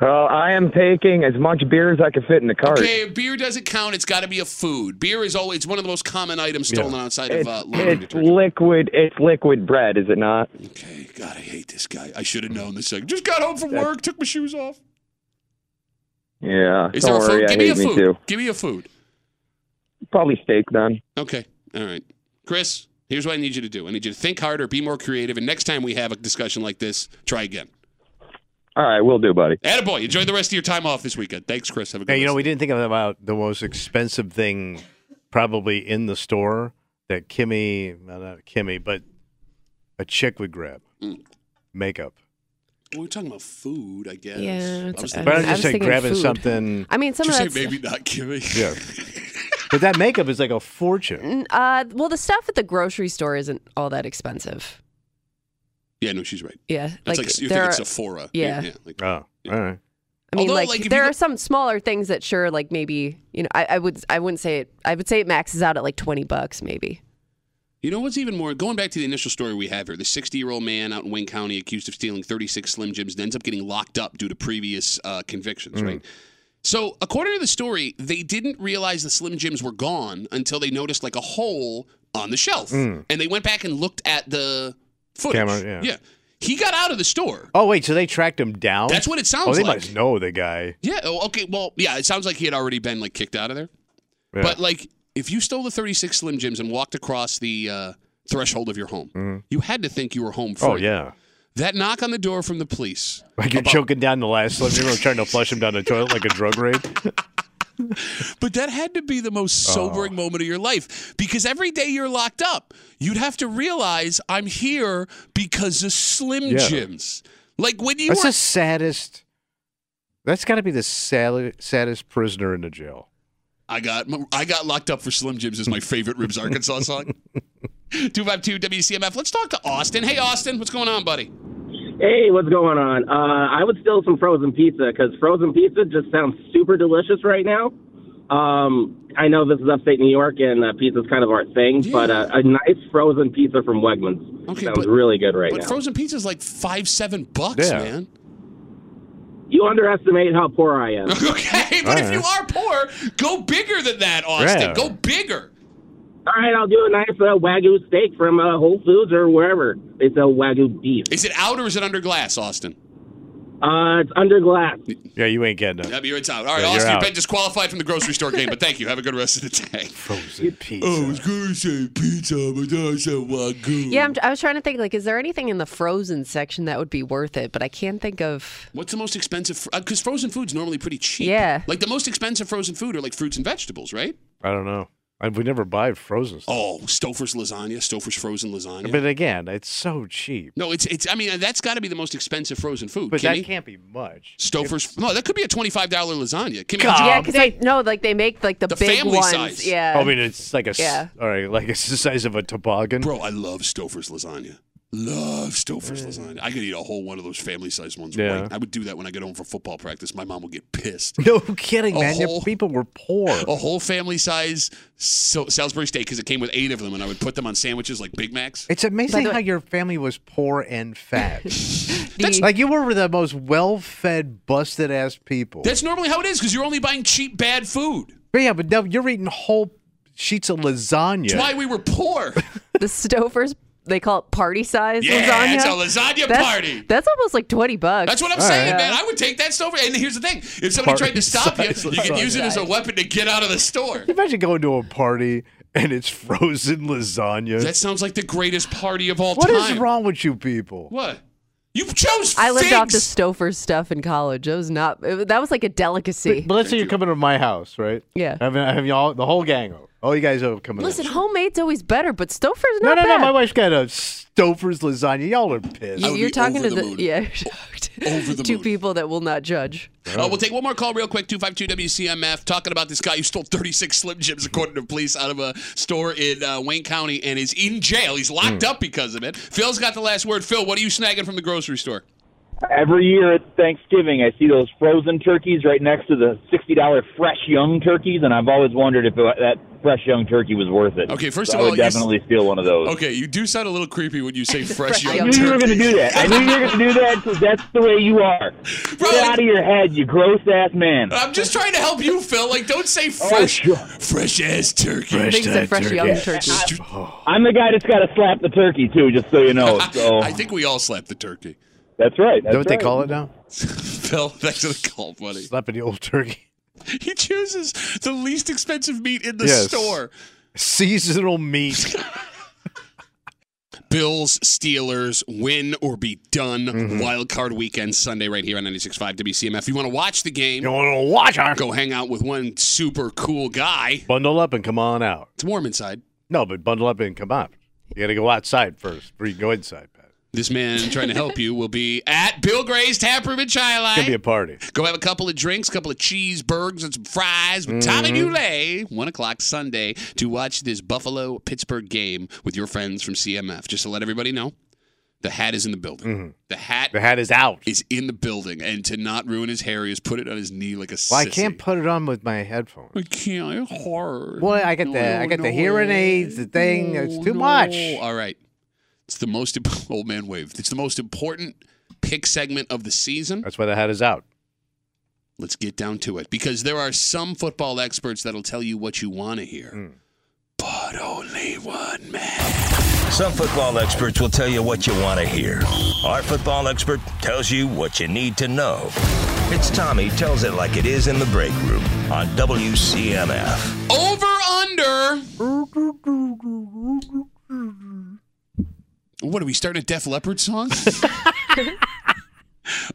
S8: Well, I am taking as much beer as I can fit in the cart.
S1: Okay, beer doesn't count. It's got to be a food. Beer is always one of the most common items stolen outside of
S8: It's,
S1: uh, laundry
S8: it's
S1: detergent.
S8: liquid. It's liquid bread, is it not?
S1: okay, God, I hate this guy. I should have known this. Second. Just got home from work, took my shoes off.
S8: Yeah.
S1: Is
S8: don't
S1: there a
S8: worry,
S1: food?
S8: I
S1: Give me a
S8: hate
S1: food.
S8: me too.
S1: Give me a food.
S8: Probably steak then.
S1: Okay. All right. Chris, here's what I need you to do. I need you to think harder, be more creative, and next time we have a discussion like this, try again.
S8: All right, we'll do, buddy.
S1: Attaboy, enjoy the rest of your time off this weekend. Thanks, Chris. Have a good
S2: Hey, you know,
S1: rest.
S2: we didn't think about the most expensive thing probably in the store that Kimmy, no, not Kimmy, but a chick would grab
S1: Mm.
S2: makeup.
S1: Well, we're talking about food, I guess.
S3: Yeah, it's-
S1: I was
S3: uh,
S2: But
S1: thinking,
S2: I'm
S3: I
S2: just
S3: was
S2: saying
S3: thinking
S2: grabbing
S3: food.
S2: something.
S3: I mean, some
S1: Did
S3: of
S1: you
S3: that's
S1: say maybe not Kimmy?
S2: Yeah. but that makeup is like a
S1: Mm.
S2: fortune.
S3: N- Uh, well, the stuff at the grocery store isn't all that expensive.
S1: yeah, no, she's right.
S3: Yeah,
S1: That's like, you
S3: there
S1: think it's
S3: are-
S1: Sephora.
S3: yeah.
S1: like-
S2: Oh, all right.
S3: I mean,
S1: Although,
S3: like,
S1: like, if you
S3: there
S1: go-
S3: are some smaller things that sure, like maybe you know, I, I would I wouldn't say it. I would say it maxes out at like twenty bucks, maybe.
S1: You know what's even more? Going back to the initial story we have here, the 60 year old man out in Wayne County accused of stealing 36 Slim Jims and ends up getting locked up due to previous uh,
S2: Mm.
S1: convictions, right? So, according to the story, they didn't realize the Slim Jims were gone until they noticed like a hole on the shelf. And they went back and looked at the footage.
S2: Mm. Camera, yeah.
S1: He got out of the store.
S2: Oh, wait. So they tracked him down?
S1: That's what it sounds
S2: Oh, they
S1: like.
S2: must know the guy.
S1: Yeah. Oh, okay. Well, yeah, it sounds like he had already been like kicked out of there.
S2: Yeah.
S1: But like, if you stole the 36 Slim Jims and walked across the uh, threshold of your home, you had to think you were home free.
S2: Mm-hmm. oh, yeah.
S1: That knock on the door from the police.
S2: Like you're choking down the last Slim Jim, or trying to flush him down the toilet like a drug raid.
S1: But that had to be the most
S2: Oh.
S1: sobering moment of your life because every day you're locked up, you'd have to realize I'm here because of Slim
S2: Yeah.
S1: Jims. Like when you
S2: That's
S1: were
S2: the saddest. That's got to be the sal- saddest prisoner in the jail.
S1: I got I got locked up for Slim Jims is my favorite Ribs Arkansas song. 252 WCMF. Let's talk to Austin. Hey Austin, what's going on, buddy?
S9: Hey, what's going on? Uh, I would steal some frozen pizza because frozen pizza just sounds super delicious right now. Um, I know this is upstate New York and uh, pizza's kind of our thing, but uh, a nice frozen pizza from Wegmans
S1: Okay,
S9: sounds
S1: but-
S9: really good right
S1: but
S9: now.
S1: frozen pizza is like 5 7 bucks,
S2: Yeah.
S1: man.
S9: you underestimate how poor I am.
S1: Okay, but if you are poor, go bigger than that, Austin.
S2: Yeah.
S1: Go bigger.
S9: All right, I'll do a nice uh, Wagyu steak from uh, Whole Foods or wherever they sell Wagyu beef.
S1: Is it out or is it under glass, Austin?
S9: Uh, it's under glass.
S2: Yeah, you ain't getting a
S1: That'd be right out. All right,
S2: Yeah, you're
S1: Austin,
S2: out.
S1: you've been disqualified from the grocery store game, but thank you. Have a good rest of the day.
S2: frozen pizza.
S1: gonna say pizza, but I said wagyu.
S3: Yeah, I'm, I was trying to think. Like, is there anything in the frozen section that would be worth it? But I can't think of.
S1: What's the most expensive? Because frozen food's normally pretty cheap.
S3: Yeah.
S1: Like the most expensive frozen food are like fruits and vegetables, right?
S2: I don't know. I, we never buy frozen stuff.
S1: Oh, Stouffer's lasagna, Stouffer's frozen lasagna.
S2: But again, it's so cheap.
S1: no, it's it's. I mean, that's got to be the most expensive frozen food.
S2: But
S1: Kimmy?
S2: that can't be much.
S1: Stouffer's. No, that could be a twenty-five dollar lasagna. Kimmy,
S2: God.
S3: Yeah,
S2: Um,
S3: because I no, like they make like the,
S1: The
S3: big
S1: family
S3: ones.
S1: size.
S3: Yeah.
S2: I mean, it's like a s-
S3: Yeah.
S2: all right, like it's the size of a toboggan.
S1: Bro, I love Stouffer's lasagna. Love Stouffer's lasagna. I could eat a whole one of those family-sized ones.
S2: Yeah.
S1: Right? I would do that when I get home for football practice. My mom would get pissed.
S2: No kidding,
S1: A
S2: man. Your
S1: whole-
S2: people were poor.
S1: A whole family-size so- Salisbury steak because it came with eight of them, and I would put them on sandwiches like Big Macs.
S2: It's amazing
S1: uh,
S2: how your family was poor and fat.
S3: The-
S2: like you were the most well-fed, busted-ass people.
S1: That's normally how it is because you're only buying cheap, bad food.
S2: but yeah, but no, you're eating whole sheets of lasagna.
S1: That's why we were poor.
S3: the Stouffer's, they call it party size
S1: yeah,
S3: lasagna.
S1: it's a lasagna
S3: that's,
S1: party.
S3: That's almost like twenty bucks.
S1: That's what I'm
S2: All
S1: saying,
S2: right.
S1: man. I would take that Stouffer. And here's the thing: if somebody tried to stop you,
S2: Party-sized
S1: you could
S2: lasagna.
S1: use it as a weapon to get out of the store.
S2: Can you Imagine going to a party and it's frozen lasagna.
S1: That sounds like the greatest party of all
S2: What
S1: time.
S2: is wrong with you people?
S1: What? You chose.
S3: I lived off the
S1: figs!
S3: Stouffer's stuff in college. It was not. It, that was like a delicacy.
S2: But, but let's say you're coming to my house, right?
S3: Yeah.
S2: Having, having y'all, the whole gang over. All you guys are coming
S3: Listen,
S2: over.
S3: homemade's always better, but Stouffer's
S2: No,
S3: not
S2: no, no.
S3: bad.
S2: My wife's got a Stouffer's lasagna. Y'all are pissed.
S1: I would
S3: You, are
S1: be
S3: talking
S1: over
S3: to
S1: the
S3: the,
S1: moon.
S3: yeah, you're talking to
S1: Over the
S3: two
S1: moon.
S3: people that will not judge.
S1: Uh, we'll take one more call real quick. 252 WCMF talking about this guy who stole 36 Slim Jims, according to police, out of a store in uh, Wayne County and is in jail. He's locked up because of it. Phil's got the last word. Phil, what are you snagging from the grocery store?
S6: Every year at Thanksgiving, I see those frozen turkeys right next to the $60 fresh young turkeys, and I've always wondered if that fresh young turkey was worth it.
S1: Okay, first
S6: So
S1: of
S6: I
S1: all,
S6: would
S1: you s-
S6: definitely steal one of those.
S1: Okay, you do sound a little creepy when you say fresh
S3: Fresh
S1: young
S6: I
S3: young
S6: knew you were
S1: turkey.
S6: going to do that. I knew you were going to do that because that's the way you are.
S1: Bro,
S6: Get out of your head, you gross ass man.
S1: I'm just trying to help you, Phil. Like, don't say fresh,
S6: sure.
S1: fresh ass turkey.
S3: Things that fresh young turkey.
S6: I'm the guy that's got to slap the turkey too, just so you know. So
S1: I think we all slapped the turkey.
S6: that's right.
S2: Is that what they call it now?
S1: Phil, thanks for the call, buddy.
S2: Slapping the old turkey.
S1: He chooses the least expensive meat in the
S2: Yes.
S1: store.
S2: Seasonal meat.
S1: Bills, Steelers, win or be done.
S2: Mm-hmm.
S1: Wild card weekend Sunday right here on 96.5 WCMF. If you want to watch the game,
S2: you want to watch her?
S1: go hang out with one super cool guy.
S2: Bundle up and come on out.
S1: It's warm inside.
S2: No, but bundle up and come out. You got to go outside first before you can go inside, Pat.
S1: This man trying to help you will be at Bill Gray's Tap Room in
S2: It's going to be
S1: Chi
S2: a party.
S1: Go have a couple of drinks, a couple of cheeseburgers, and some fries with Tommy
S2: Mm-hmm.
S1: Dulé. One o'clock Sunday to watch this Buffalo Pittsburgh game with your friends from CMF. Just to let everybody know, the hat is in the building. The hat.
S2: Mm-hmm. The hat is out.
S1: is in the building, and to not ruin his hair, he has put it on his knee like a
S2: Well, I
S1: sissy.
S2: can't put it on with my headphones.
S1: I can't. It's hard.
S2: Well, I got the I got the hearing aids, the thing. it's too much.
S1: All right. It's the most imp- old man waved. It's the most important pick segment of the season.
S2: That's why the hat is out.
S1: Let's get down to it because there are some football experts that'll tell you what you want to hear, but only one man.
S10: Some football experts will tell you what you want to hear. Our football expert tells you what you need to know. It's Tommy tells it like it is in the break room on WCMF.
S1: Over under. What are we starting a Def Leppard song?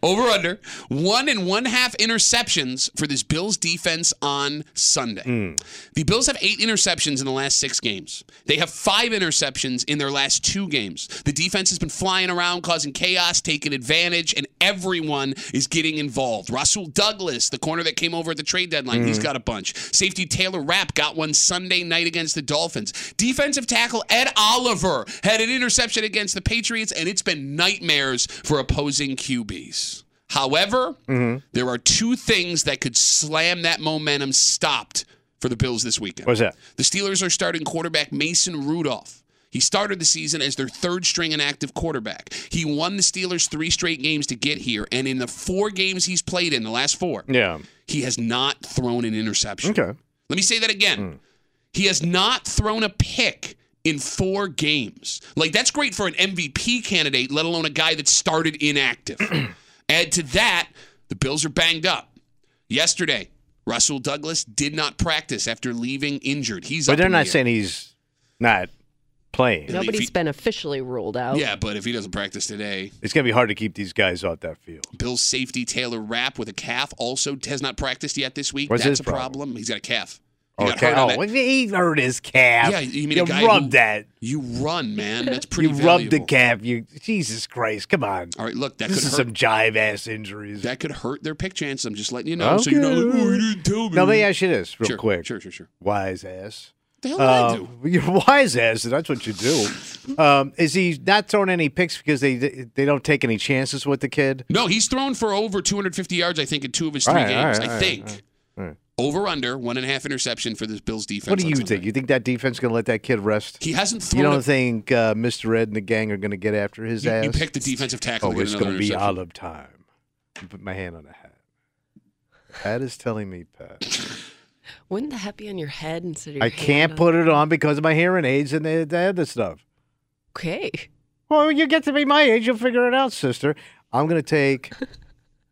S1: Over under one and one half interceptions for this Bills defense on Sunday. The Bills have eight interceptions in the last six games. They have five interceptions in their last two games. The defense has been flying around, causing chaos, taking advantage, and everyone is getting involved. Rasul Douglas, the corner that came over at the trade deadline, he's
S11: Mm.
S1: got a bunch. Safety Taylor Rapp got one Sunday night against the Dolphins. Defensive tackle Ed Oliver had an interception against the Patriots, and it's been nightmares for opposing QBs. However, there are two things that could slam that momentum stopped for the Bills this weekend.
S2: What's that?
S1: The Steelers are starting quarterback Mason Rudolph. He started the season as their third string inactive quarterback. He won the Steelers three straight games to get here, and in the four games he's played in, the last four,
S2: Yeah.
S1: he has not thrown an interception.
S2: Okay.
S1: Let me say that again.
S2: Mm.
S1: He has not thrown a pick in four games. Like, that's great for an MVP candidate, let alone a guy that started inactive. Add to that, the Bills are banged up. Yesterday, Russell Douglas did not practice after leaving injured. He's
S2: but
S1: up
S2: they're
S1: in
S2: not
S1: the air.
S2: saying he's not playing.
S3: Nobody's been officially ruled out.
S1: Yeah, but if he doesn't practice today,
S2: It's gonna be hard to keep these guys off that field.
S1: Bill's safety Taylor Rapp with a calf also has not practiced yet this week.
S2: What's
S1: That's
S2: his
S1: a problem. He's got a calf. He got
S2: Okay.
S1: hurt on
S2: Oh,
S1: that-
S2: well, he hurt his calf.
S1: Yeah, you mean a guy
S2: rubbed
S1: who-
S2: that.
S1: You run, man. That's pretty.
S2: You
S1: valuable.
S2: rubbed the calf. You Jesus Christ! Come on.
S1: All right, look, that
S2: this
S1: could hurt.
S2: is some jive ass injuries.
S1: That could hurt their pick chance. I'm just letting you know. So you're not like,
S2: Okay.
S1: oh, you didn't tell me.
S2: Now let me ask you this real
S1: Sure,
S2: quick.
S1: Sure, sure, sure.
S2: Wise ass.
S1: The hell did I
S2: Uh, You're wise ass. and That's what you do. Um, is he not throwing any picks because they they don't take any chances with the kid?
S1: No, he's thrown for over 250 yards, I think, in two of his
S2: All
S1: three
S2: right, all
S1: games.
S2: right, all
S1: I
S2: right,
S1: think.
S2: all right.
S1: Over under one and a half interception for this Bills defense.
S2: What do
S1: on
S2: you
S1: Sunday.
S2: think? You think that defense going to let that kid rest?
S1: He hasn't
S2: You
S1: thrown.
S2: don't
S1: a-
S2: think uh, Mr. Ed and the gang are going to get after his
S1: you,
S2: ass?
S1: you picked a defensive tackle.
S2: oh,
S1: to get
S2: it's
S1: another
S2: going to be
S1: interception.
S2: out of time. I Put my hand on the hat. The Hat is telling me, Pat.
S3: Wouldn't the hat be on your head instead of your
S2: I
S3: hand
S2: can't
S3: on-
S2: put it on because of my hearing aids and the, the other stuff.
S3: Okay.
S2: Well, when you get to be my age, you'll figure it out, sister. I'm going to take,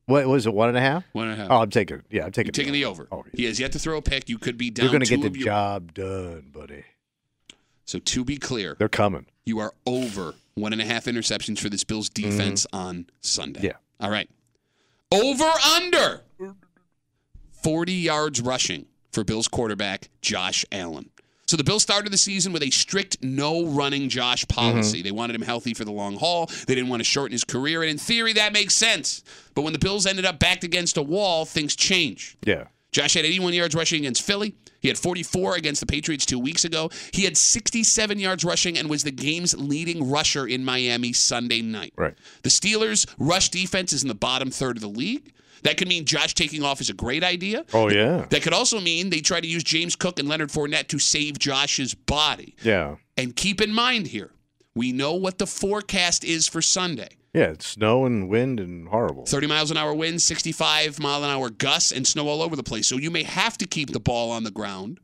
S2: what was it, one and a half?
S1: One and a half.
S2: Oh, I'm taking, yeah, I'm taking. Oh,
S1: You're taking the over. He has yet to throw a pick. You could be down.
S2: You're going to
S1: two
S2: get the
S1: of your-
S2: job done, buddy.
S1: So to be clear,
S2: They're coming.
S1: you are over one and a half interceptions for this Bills defense on Sunday.
S2: Yeah.
S1: All right. Over under 40 yards rushing for Bills quarterback Josh Allen. So the Bills started the season with a strict no running Josh policy. They wanted him healthy for the long haul. They didn't want to shorten his career. And in theory, that makes sense. But when the Bills ended up backed against a wall, things changed.
S2: Yeah.
S1: Josh had 81 yards rushing against Philly. He had 44 against the Patriots two weeks ago. He had 67 yards rushing and was the game's leading rusher in Miami Sunday night.
S2: Right.
S1: The Steelers' rush defense is in the bottom third of the league. That could mean Josh taking off is a great idea.
S2: Oh, yeah.
S1: That could also mean they try to use James Cook and Leonard Fournette to save Josh's body.
S2: Yeah.
S1: And keep in mind here, we know what the forecast is for Sunday.
S2: Yeah, it's snow and wind and horrible.
S1: 30 miles an hour wind, 65 mile an hour gusts, and snow all over the place. So you may have to keep the ball on the ground.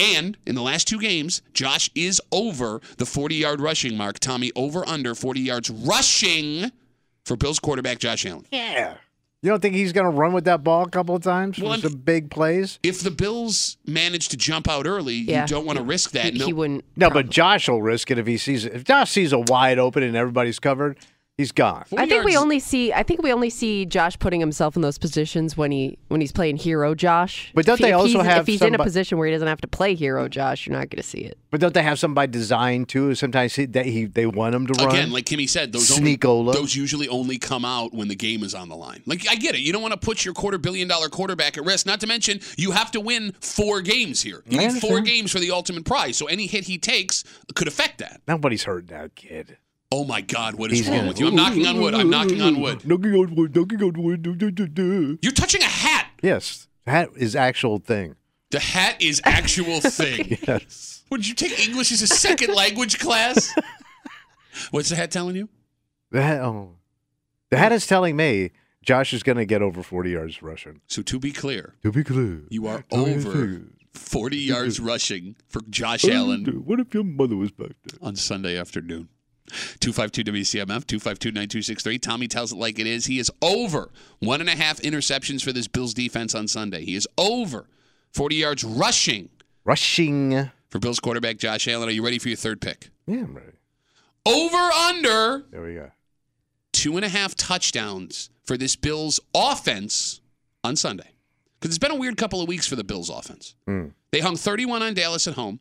S1: And in the last two games, Josh is over the 40 yard rushing mark. Tommy over under 40 yards rushing for Bills quarterback Josh Allen.
S2: Yeah. You don't think he's going to run with that ball a couple of times
S1: Well,
S2: with some big plays?
S1: If the Bills manage to jump out early,
S3: Yeah.
S1: you don't want to risk that.
S3: He,
S1: no,
S3: he wouldn't.
S2: No, but Josh will risk it if he sees it. If Josh sees a wide open and everybody's covered, he's gone.
S1: 40
S3: I think we
S1: yards-
S3: only see. I think we only see Josh putting himself in those positions when he when he's playing hero Josh.
S2: But don't
S3: If he-
S2: they
S3: if
S2: also
S3: he's-
S2: have
S3: If he's in a
S2: somebo-
S3: position where he doesn't have to play hero Josh, you're not going to see it.
S2: But don't they have some by design too? Sometimes he, they, he, they want him to run.
S1: Again, like Kimmy said, those only,
S2: Sneakola.
S1: those usually only come out when the game is on the line. Like I get it, you don't want to put your quarter billion dollar quarterback at risk. Not to mention, you have to win four games here. You
S2: I
S1: need four
S2: understand.
S1: games for the ultimate prize. So any hit he takes could affect that.
S2: Nobody's hurting that kid.
S1: Oh my God, what is
S2: He's
S1: wrong
S2: gonna-
S1: with you? I'm knocking on wood. I'm knocking on wood.
S2: Knocking on wood. Knocking on wood. do, do, do, do.
S1: You're touching a hat.
S2: Yes, that is actual thing.
S1: The hat is actual thing.
S2: Yes.
S1: Would you take English as a second language class? What's the hat telling you?
S2: The hat, oh. the hat is telling me Josh is going to get over 40 yards rushing.
S1: So to be clear,
S2: To be clear,
S1: you are
S2: Oh, yes,
S1: over
S2: sir.
S1: 40 yards rushing for Josh Allen
S2: What if your mother was back there?
S1: on Sunday afternoon. 252 WCMF, 252 9263. Tommy tells it like it is. He is over one and a half interceptions for this Bills defense on Sunday. He is over 40 yards rushing
S2: Rushing. Yeah,
S1: for Bills quarterback Josh Allen. Are you ready for your third pick?
S2: I'm ready.
S1: Over under
S2: There we go.
S1: two and a half touchdowns for this Bills offense on Sunday. Because it's been a weird couple of weeks for the Bills offense.
S2: Mm.
S1: They hung 31 on Dallas at home.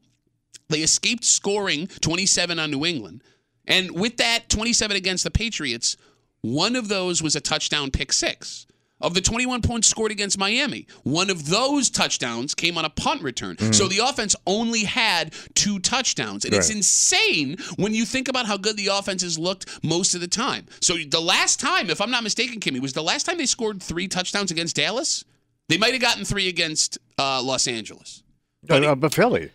S1: They escaped scoring 27 on New England. And with that 27 against the Patriots, one of those was a touchdown pick six. Of the 21 points scored against Miami, one of those touchdowns came on a punt return.
S11: Mhm.
S1: So the offense only had two touchdowns. And it's
S11: Right.
S1: insane when you think about how good the offense has looked most of the time. So the last time, if I'm not mistaken, Kimmy, was the last time they scored three touchdowns against Dallas? They might have gotten three against uh, Los Angeles.
S2: Uh, uh, but Philly.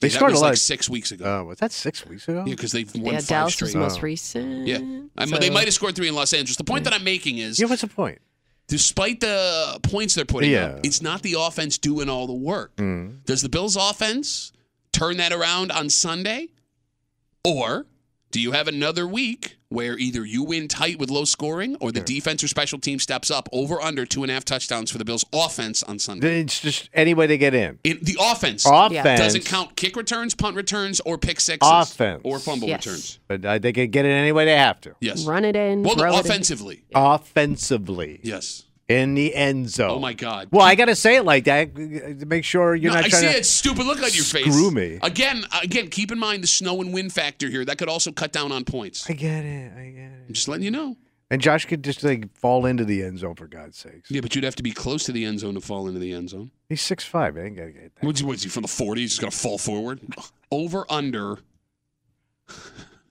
S2: They
S1: that
S2: started
S1: was
S2: a lot
S1: like
S2: of-
S1: six weeks ago.
S2: Uh, was that six weeks ago?
S1: Yeah, because they've won
S3: Oh. Yeah,
S1: five
S3: Dallas
S1: straight.
S3: was most recent.
S1: Yeah, I mean, they
S3: So-
S1: might have scored three in Los Angeles. The point that I'm making is,
S2: Yeah, what's the point?
S1: despite the points they're putting
S2: Yeah.
S1: up, it's not the offense doing all the work.
S2: Mm.
S1: Does the Bills' offense turn that around on Sunday, or do you have another week where either you win tight with low scoring, or the defense or special team steps up over under two and a half touchdowns for the Bills' offense on Sunday?
S2: It's just any way they get in.
S1: It, the offense,
S2: Offense.
S1: doesn't count kick returns, punt returns, or pick sixes,
S2: Offense.
S1: or fumble
S3: Yes.
S1: returns.
S2: But uh, they can get it any way they have to.
S1: Yes.
S3: Run it in.
S1: Well,
S3: throw it in.
S1: offensively,
S2: Offensively.
S1: yes.
S2: In the end zone.
S1: Oh my God.
S2: Well, I got to say it like that uh, to make sure you're
S1: No,
S2: not
S1: I
S2: trying
S1: see
S2: to.
S1: that stupid look on your face.
S2: screw me.
S1: Again, again, keep in mind the snow and wind factor here. That could also cut down on points.
S2: I get it. I get it.
S1: I'm just letting you know.
S2: And Josh could just like fall into the end zone for God's sakes.
S1: Yeah, but you'd have to be close to the end zone to fall into the end zone.
S2: He's six five. I ain't got to get.
S1: What's, what's he from the 40s? He's going to fall forward? Over, under,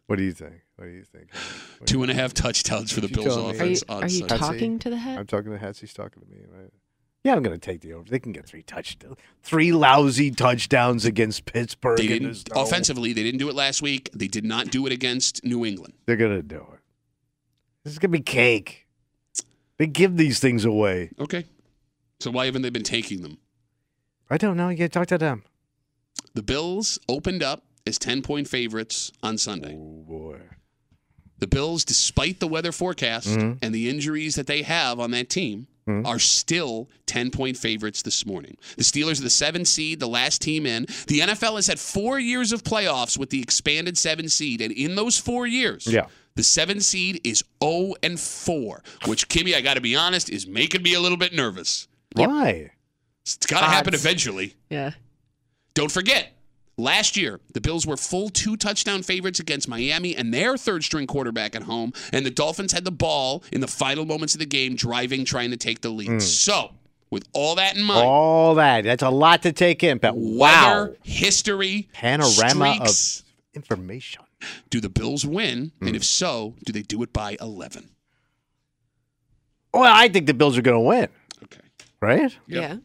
S2: What do you think? What do you think?
S1: two and a half touchdowns for the
S2: You
S1: Bills
S2: tell me.
S3: Are you,
S1: offense. on
S3: are you
S1: Sunday.
S3: talking to the head?
S2: I'm talking to Hats. He's talking to me. Right? Yeah, I'm going to take the over. They can get three touchdowns, three lousy touchdowns against Pittsburgh.
S1: They
S2: in the
S1: didn't,
S2: snow.
S1: offensively, they didn't do it last week. They did not do it against New England.
S2: They're going to do it. This is going to be cake. They give these things away.
S1: Okay. So why haven't they been taking them?
S2: I don't know. You talk to them.
S1: The Bills opened up as 10 point favorites on Sunday.
S2: Oh, boy.
S1: The Bills, despite the weather forecast
S2: Mhm.
S1: and the injuries that they have on that team,
S2: Mhm.
S1: are still 10 point favorites this morning. The Steelers are the seven seed, the last team in. The NFL has had four years of playoffs with the expanded seven seed. And in those four years,
S2: Yeah.
S1: the seven seed is 0 and 4, which, Kimmy, I got to be honest, is making me a little bit nervous.
S2: Why?
S1: It's got to happen eventually.
S3: Yeah.
S1: Don't forget, last year, the Bills were full two touchdown favorites against Miami and their third string quarterback at home, and the Dolphins had the ball in the final moments of the game, driving, trying to take the lead.
S2: Mm.
S1: So, with all that in mind,
S2: All that. That's a lot to take in. But wow.
S1: weather, history,
S2: Panorama
S1: streaks,
S2: of information.
S1: do the Bills win? And
S2: Mm.
S1: if so, do they do it by 11?
S2: Well, I think the Bills are going to win.
S1: Okay.
S2: Right?
S1: Yeah.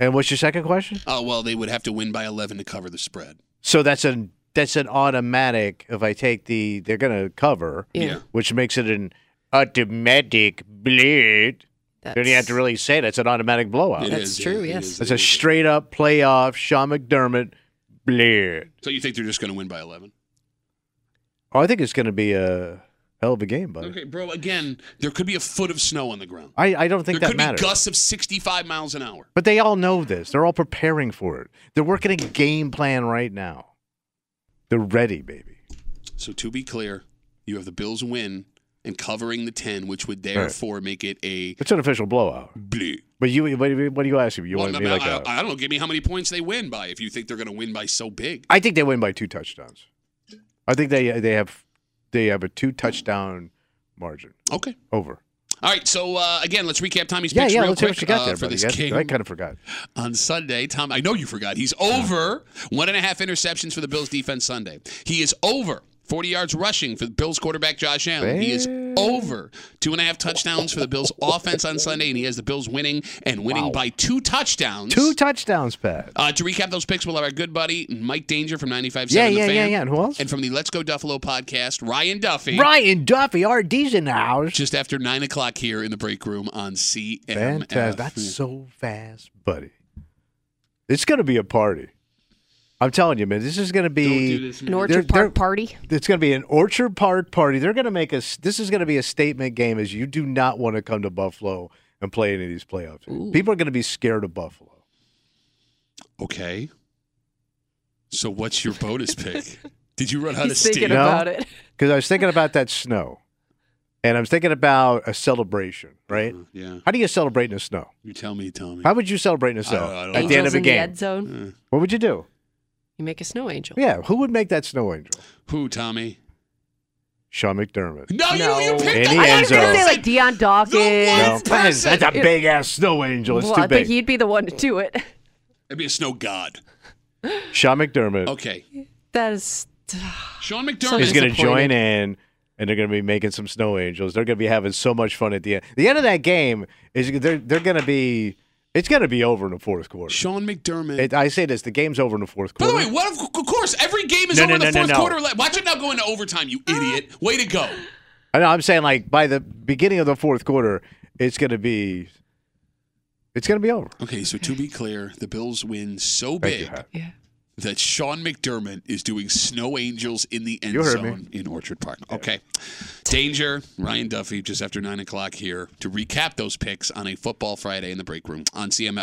S2: And what's your second question?
S1: Oh, well, they would have to win by 11 to cover the spread.
S2: So that's an that's an automatic. If I take the, they're going to cover,
S1: Yeah. Yeah.
S2: which makes it an automatic bleed. Don't you have to really say that's an automatic blowout.
S1: It That's is, yeah, true, it yes. is,
S2: It's a straight up playoff Sean McDermott bleed.
S1: So, you think they're just going to win by 11?
S2: Oh, I think it's going to be a hell of a game, buddy.
S1: Okay, bro, again, there could be a foot of snow on the ground.
S2: I, I don't think
S1: there
S2: that
S1: could
S2: matters.
S1: be gusts of 65 miles an hour.
S2: But they all know this. They're all preparing for it. They're working a game plan right now. They're ready, baby.
S1: So to be clear, you have the Bills win and covering the 10, which would
S2: Right.
S1: therefore make it a
S2: It's an official blowout.
S1: bleh.
S2: But you, what, do you- what do you ask me? You
S1: Well,
S2: want
S1: I,
S2: me like
S1: I-
S2: a?
S1: I don't know. Give me how many points they win by if you think they're going to win by so big.
S2: I think they win by two touchdowns. I think they they have they have a two touchdown margin.
S1: Okay.
S2: Over.
S1: All right. So uh, again, let's recap Tommy's
S2: yeah,
S1: picks
S2: yeah.
S1: real
S2: Let's see
S1: quick
S2: what you got
S1: uh,
S2: there,
S1: for
S2: buddy.
S1: this
S2: I,
S1: game
S2: I kind of forgot.
S1: on Sunday. Tom, I know you forgot. He's over one and a half interceptions for the Bills defense Sunday. He is over 40 yards rushing for the Bills quarterback Josh Allen. He is over two and a half touchdowns for the Bills offense on Sunday, and he has the Bills winning and winning by two touchdowns.
S2: Two touchdowns, Pat.
S1: Uh, to recap those picks, we'll have our good buddy Mike Danger from 95.7
S2: Yeah,
S1: The
S2: yeah,
S1: Fan.
S2: yeah, yeah. And who else?
S1: And from the Let's Go Duffalo podcast, Ryan Duffy.
S2: Ryan Duffy, RD's in the house.
S1: Just after 9 o'clock here in the break room on CMF.
S2: Fantastic. That's so fast, buddy. It's going to be a party. I'm telling you, man. This is going to be
S3: An Orchard
S2: they're-
S3: Park party.
S2: It's going to be an Orchard Park party. They're going to make us. This is going to be a statement game. As you do not want to come to Buffalo and play any of these playoffs. People are going to be scared of Buffalo.
S1: Okay. So what's your bonus pick? Did you run out
S3: He's
S1: of steam?
S3: thinking about it.
S2: Because I was thinking about that snow. and I was thinking about a celebration, right?
S1: Mm, yeah.
S2: How do you celebrate in the snow?
S1: You tell me, Tommy.
S2: How would you celebrate in the snow
S1: I don't
S2: at the end
S3: Angels
S2: of a
S3: in
S2: game?
S3: the end zone.
S2: What would you do?
S3: You make a snow angel.
S2: Yeah, who would make that snow angel?
S1: Who, Tommy?
S2: Sean McDermott.
S1: No, you, you picked
S2: In
S1: up
S2: the
S3: I
S2: end
S3: was gonna
S2: zone.
S3: say like Dion Dawkins.
S2: that's, that's a big ass snow angel. It's
S3: well, I
S2: too big.
S3: think he'd be the one to do it.
S1: It'd be a snow god.
S2: Sean McDermott
S1: Okay.
S3: That is.
S1: Sean
S3: So
S1: McDermott
S2: is going to
S3: disappointed.
S2: join in, and they're going to be making some snow angels. They're going to be having so much fun at the end. The end of that game is they're they're going to be it's going to be over in the fourth quarter.
S1: Sean McDermott.
S2: It, I say this: the game's over in the fourth
S1: By
S2: quarter.
S1: the way, what of, of course every game is
S2: No,
S1: over
S2: no,
S1: in the
S2: no, no,
S1: fourth
S2: no.
S1: quarter. Le- Watch it now go into overtime, you
S3: Uh-huh.
S1: idiot. Way to go.
S2: I know I'm saying like by the beginning of the fourth quarter, it's going to be it's going to be over.
S1: Okay, so to be clear, the Bills win so
S2: Thank you,
S1: big
S2: Hap.
S3: Yeah.
S1: that Sean McDermott is doing snow angels in the end
S2: You heard
S1: zone in Orchard Park. Okay. Danger, Ryan Duffy, just after 9 o'clock here to recap those picks on a Football Friday in the break room on CMF.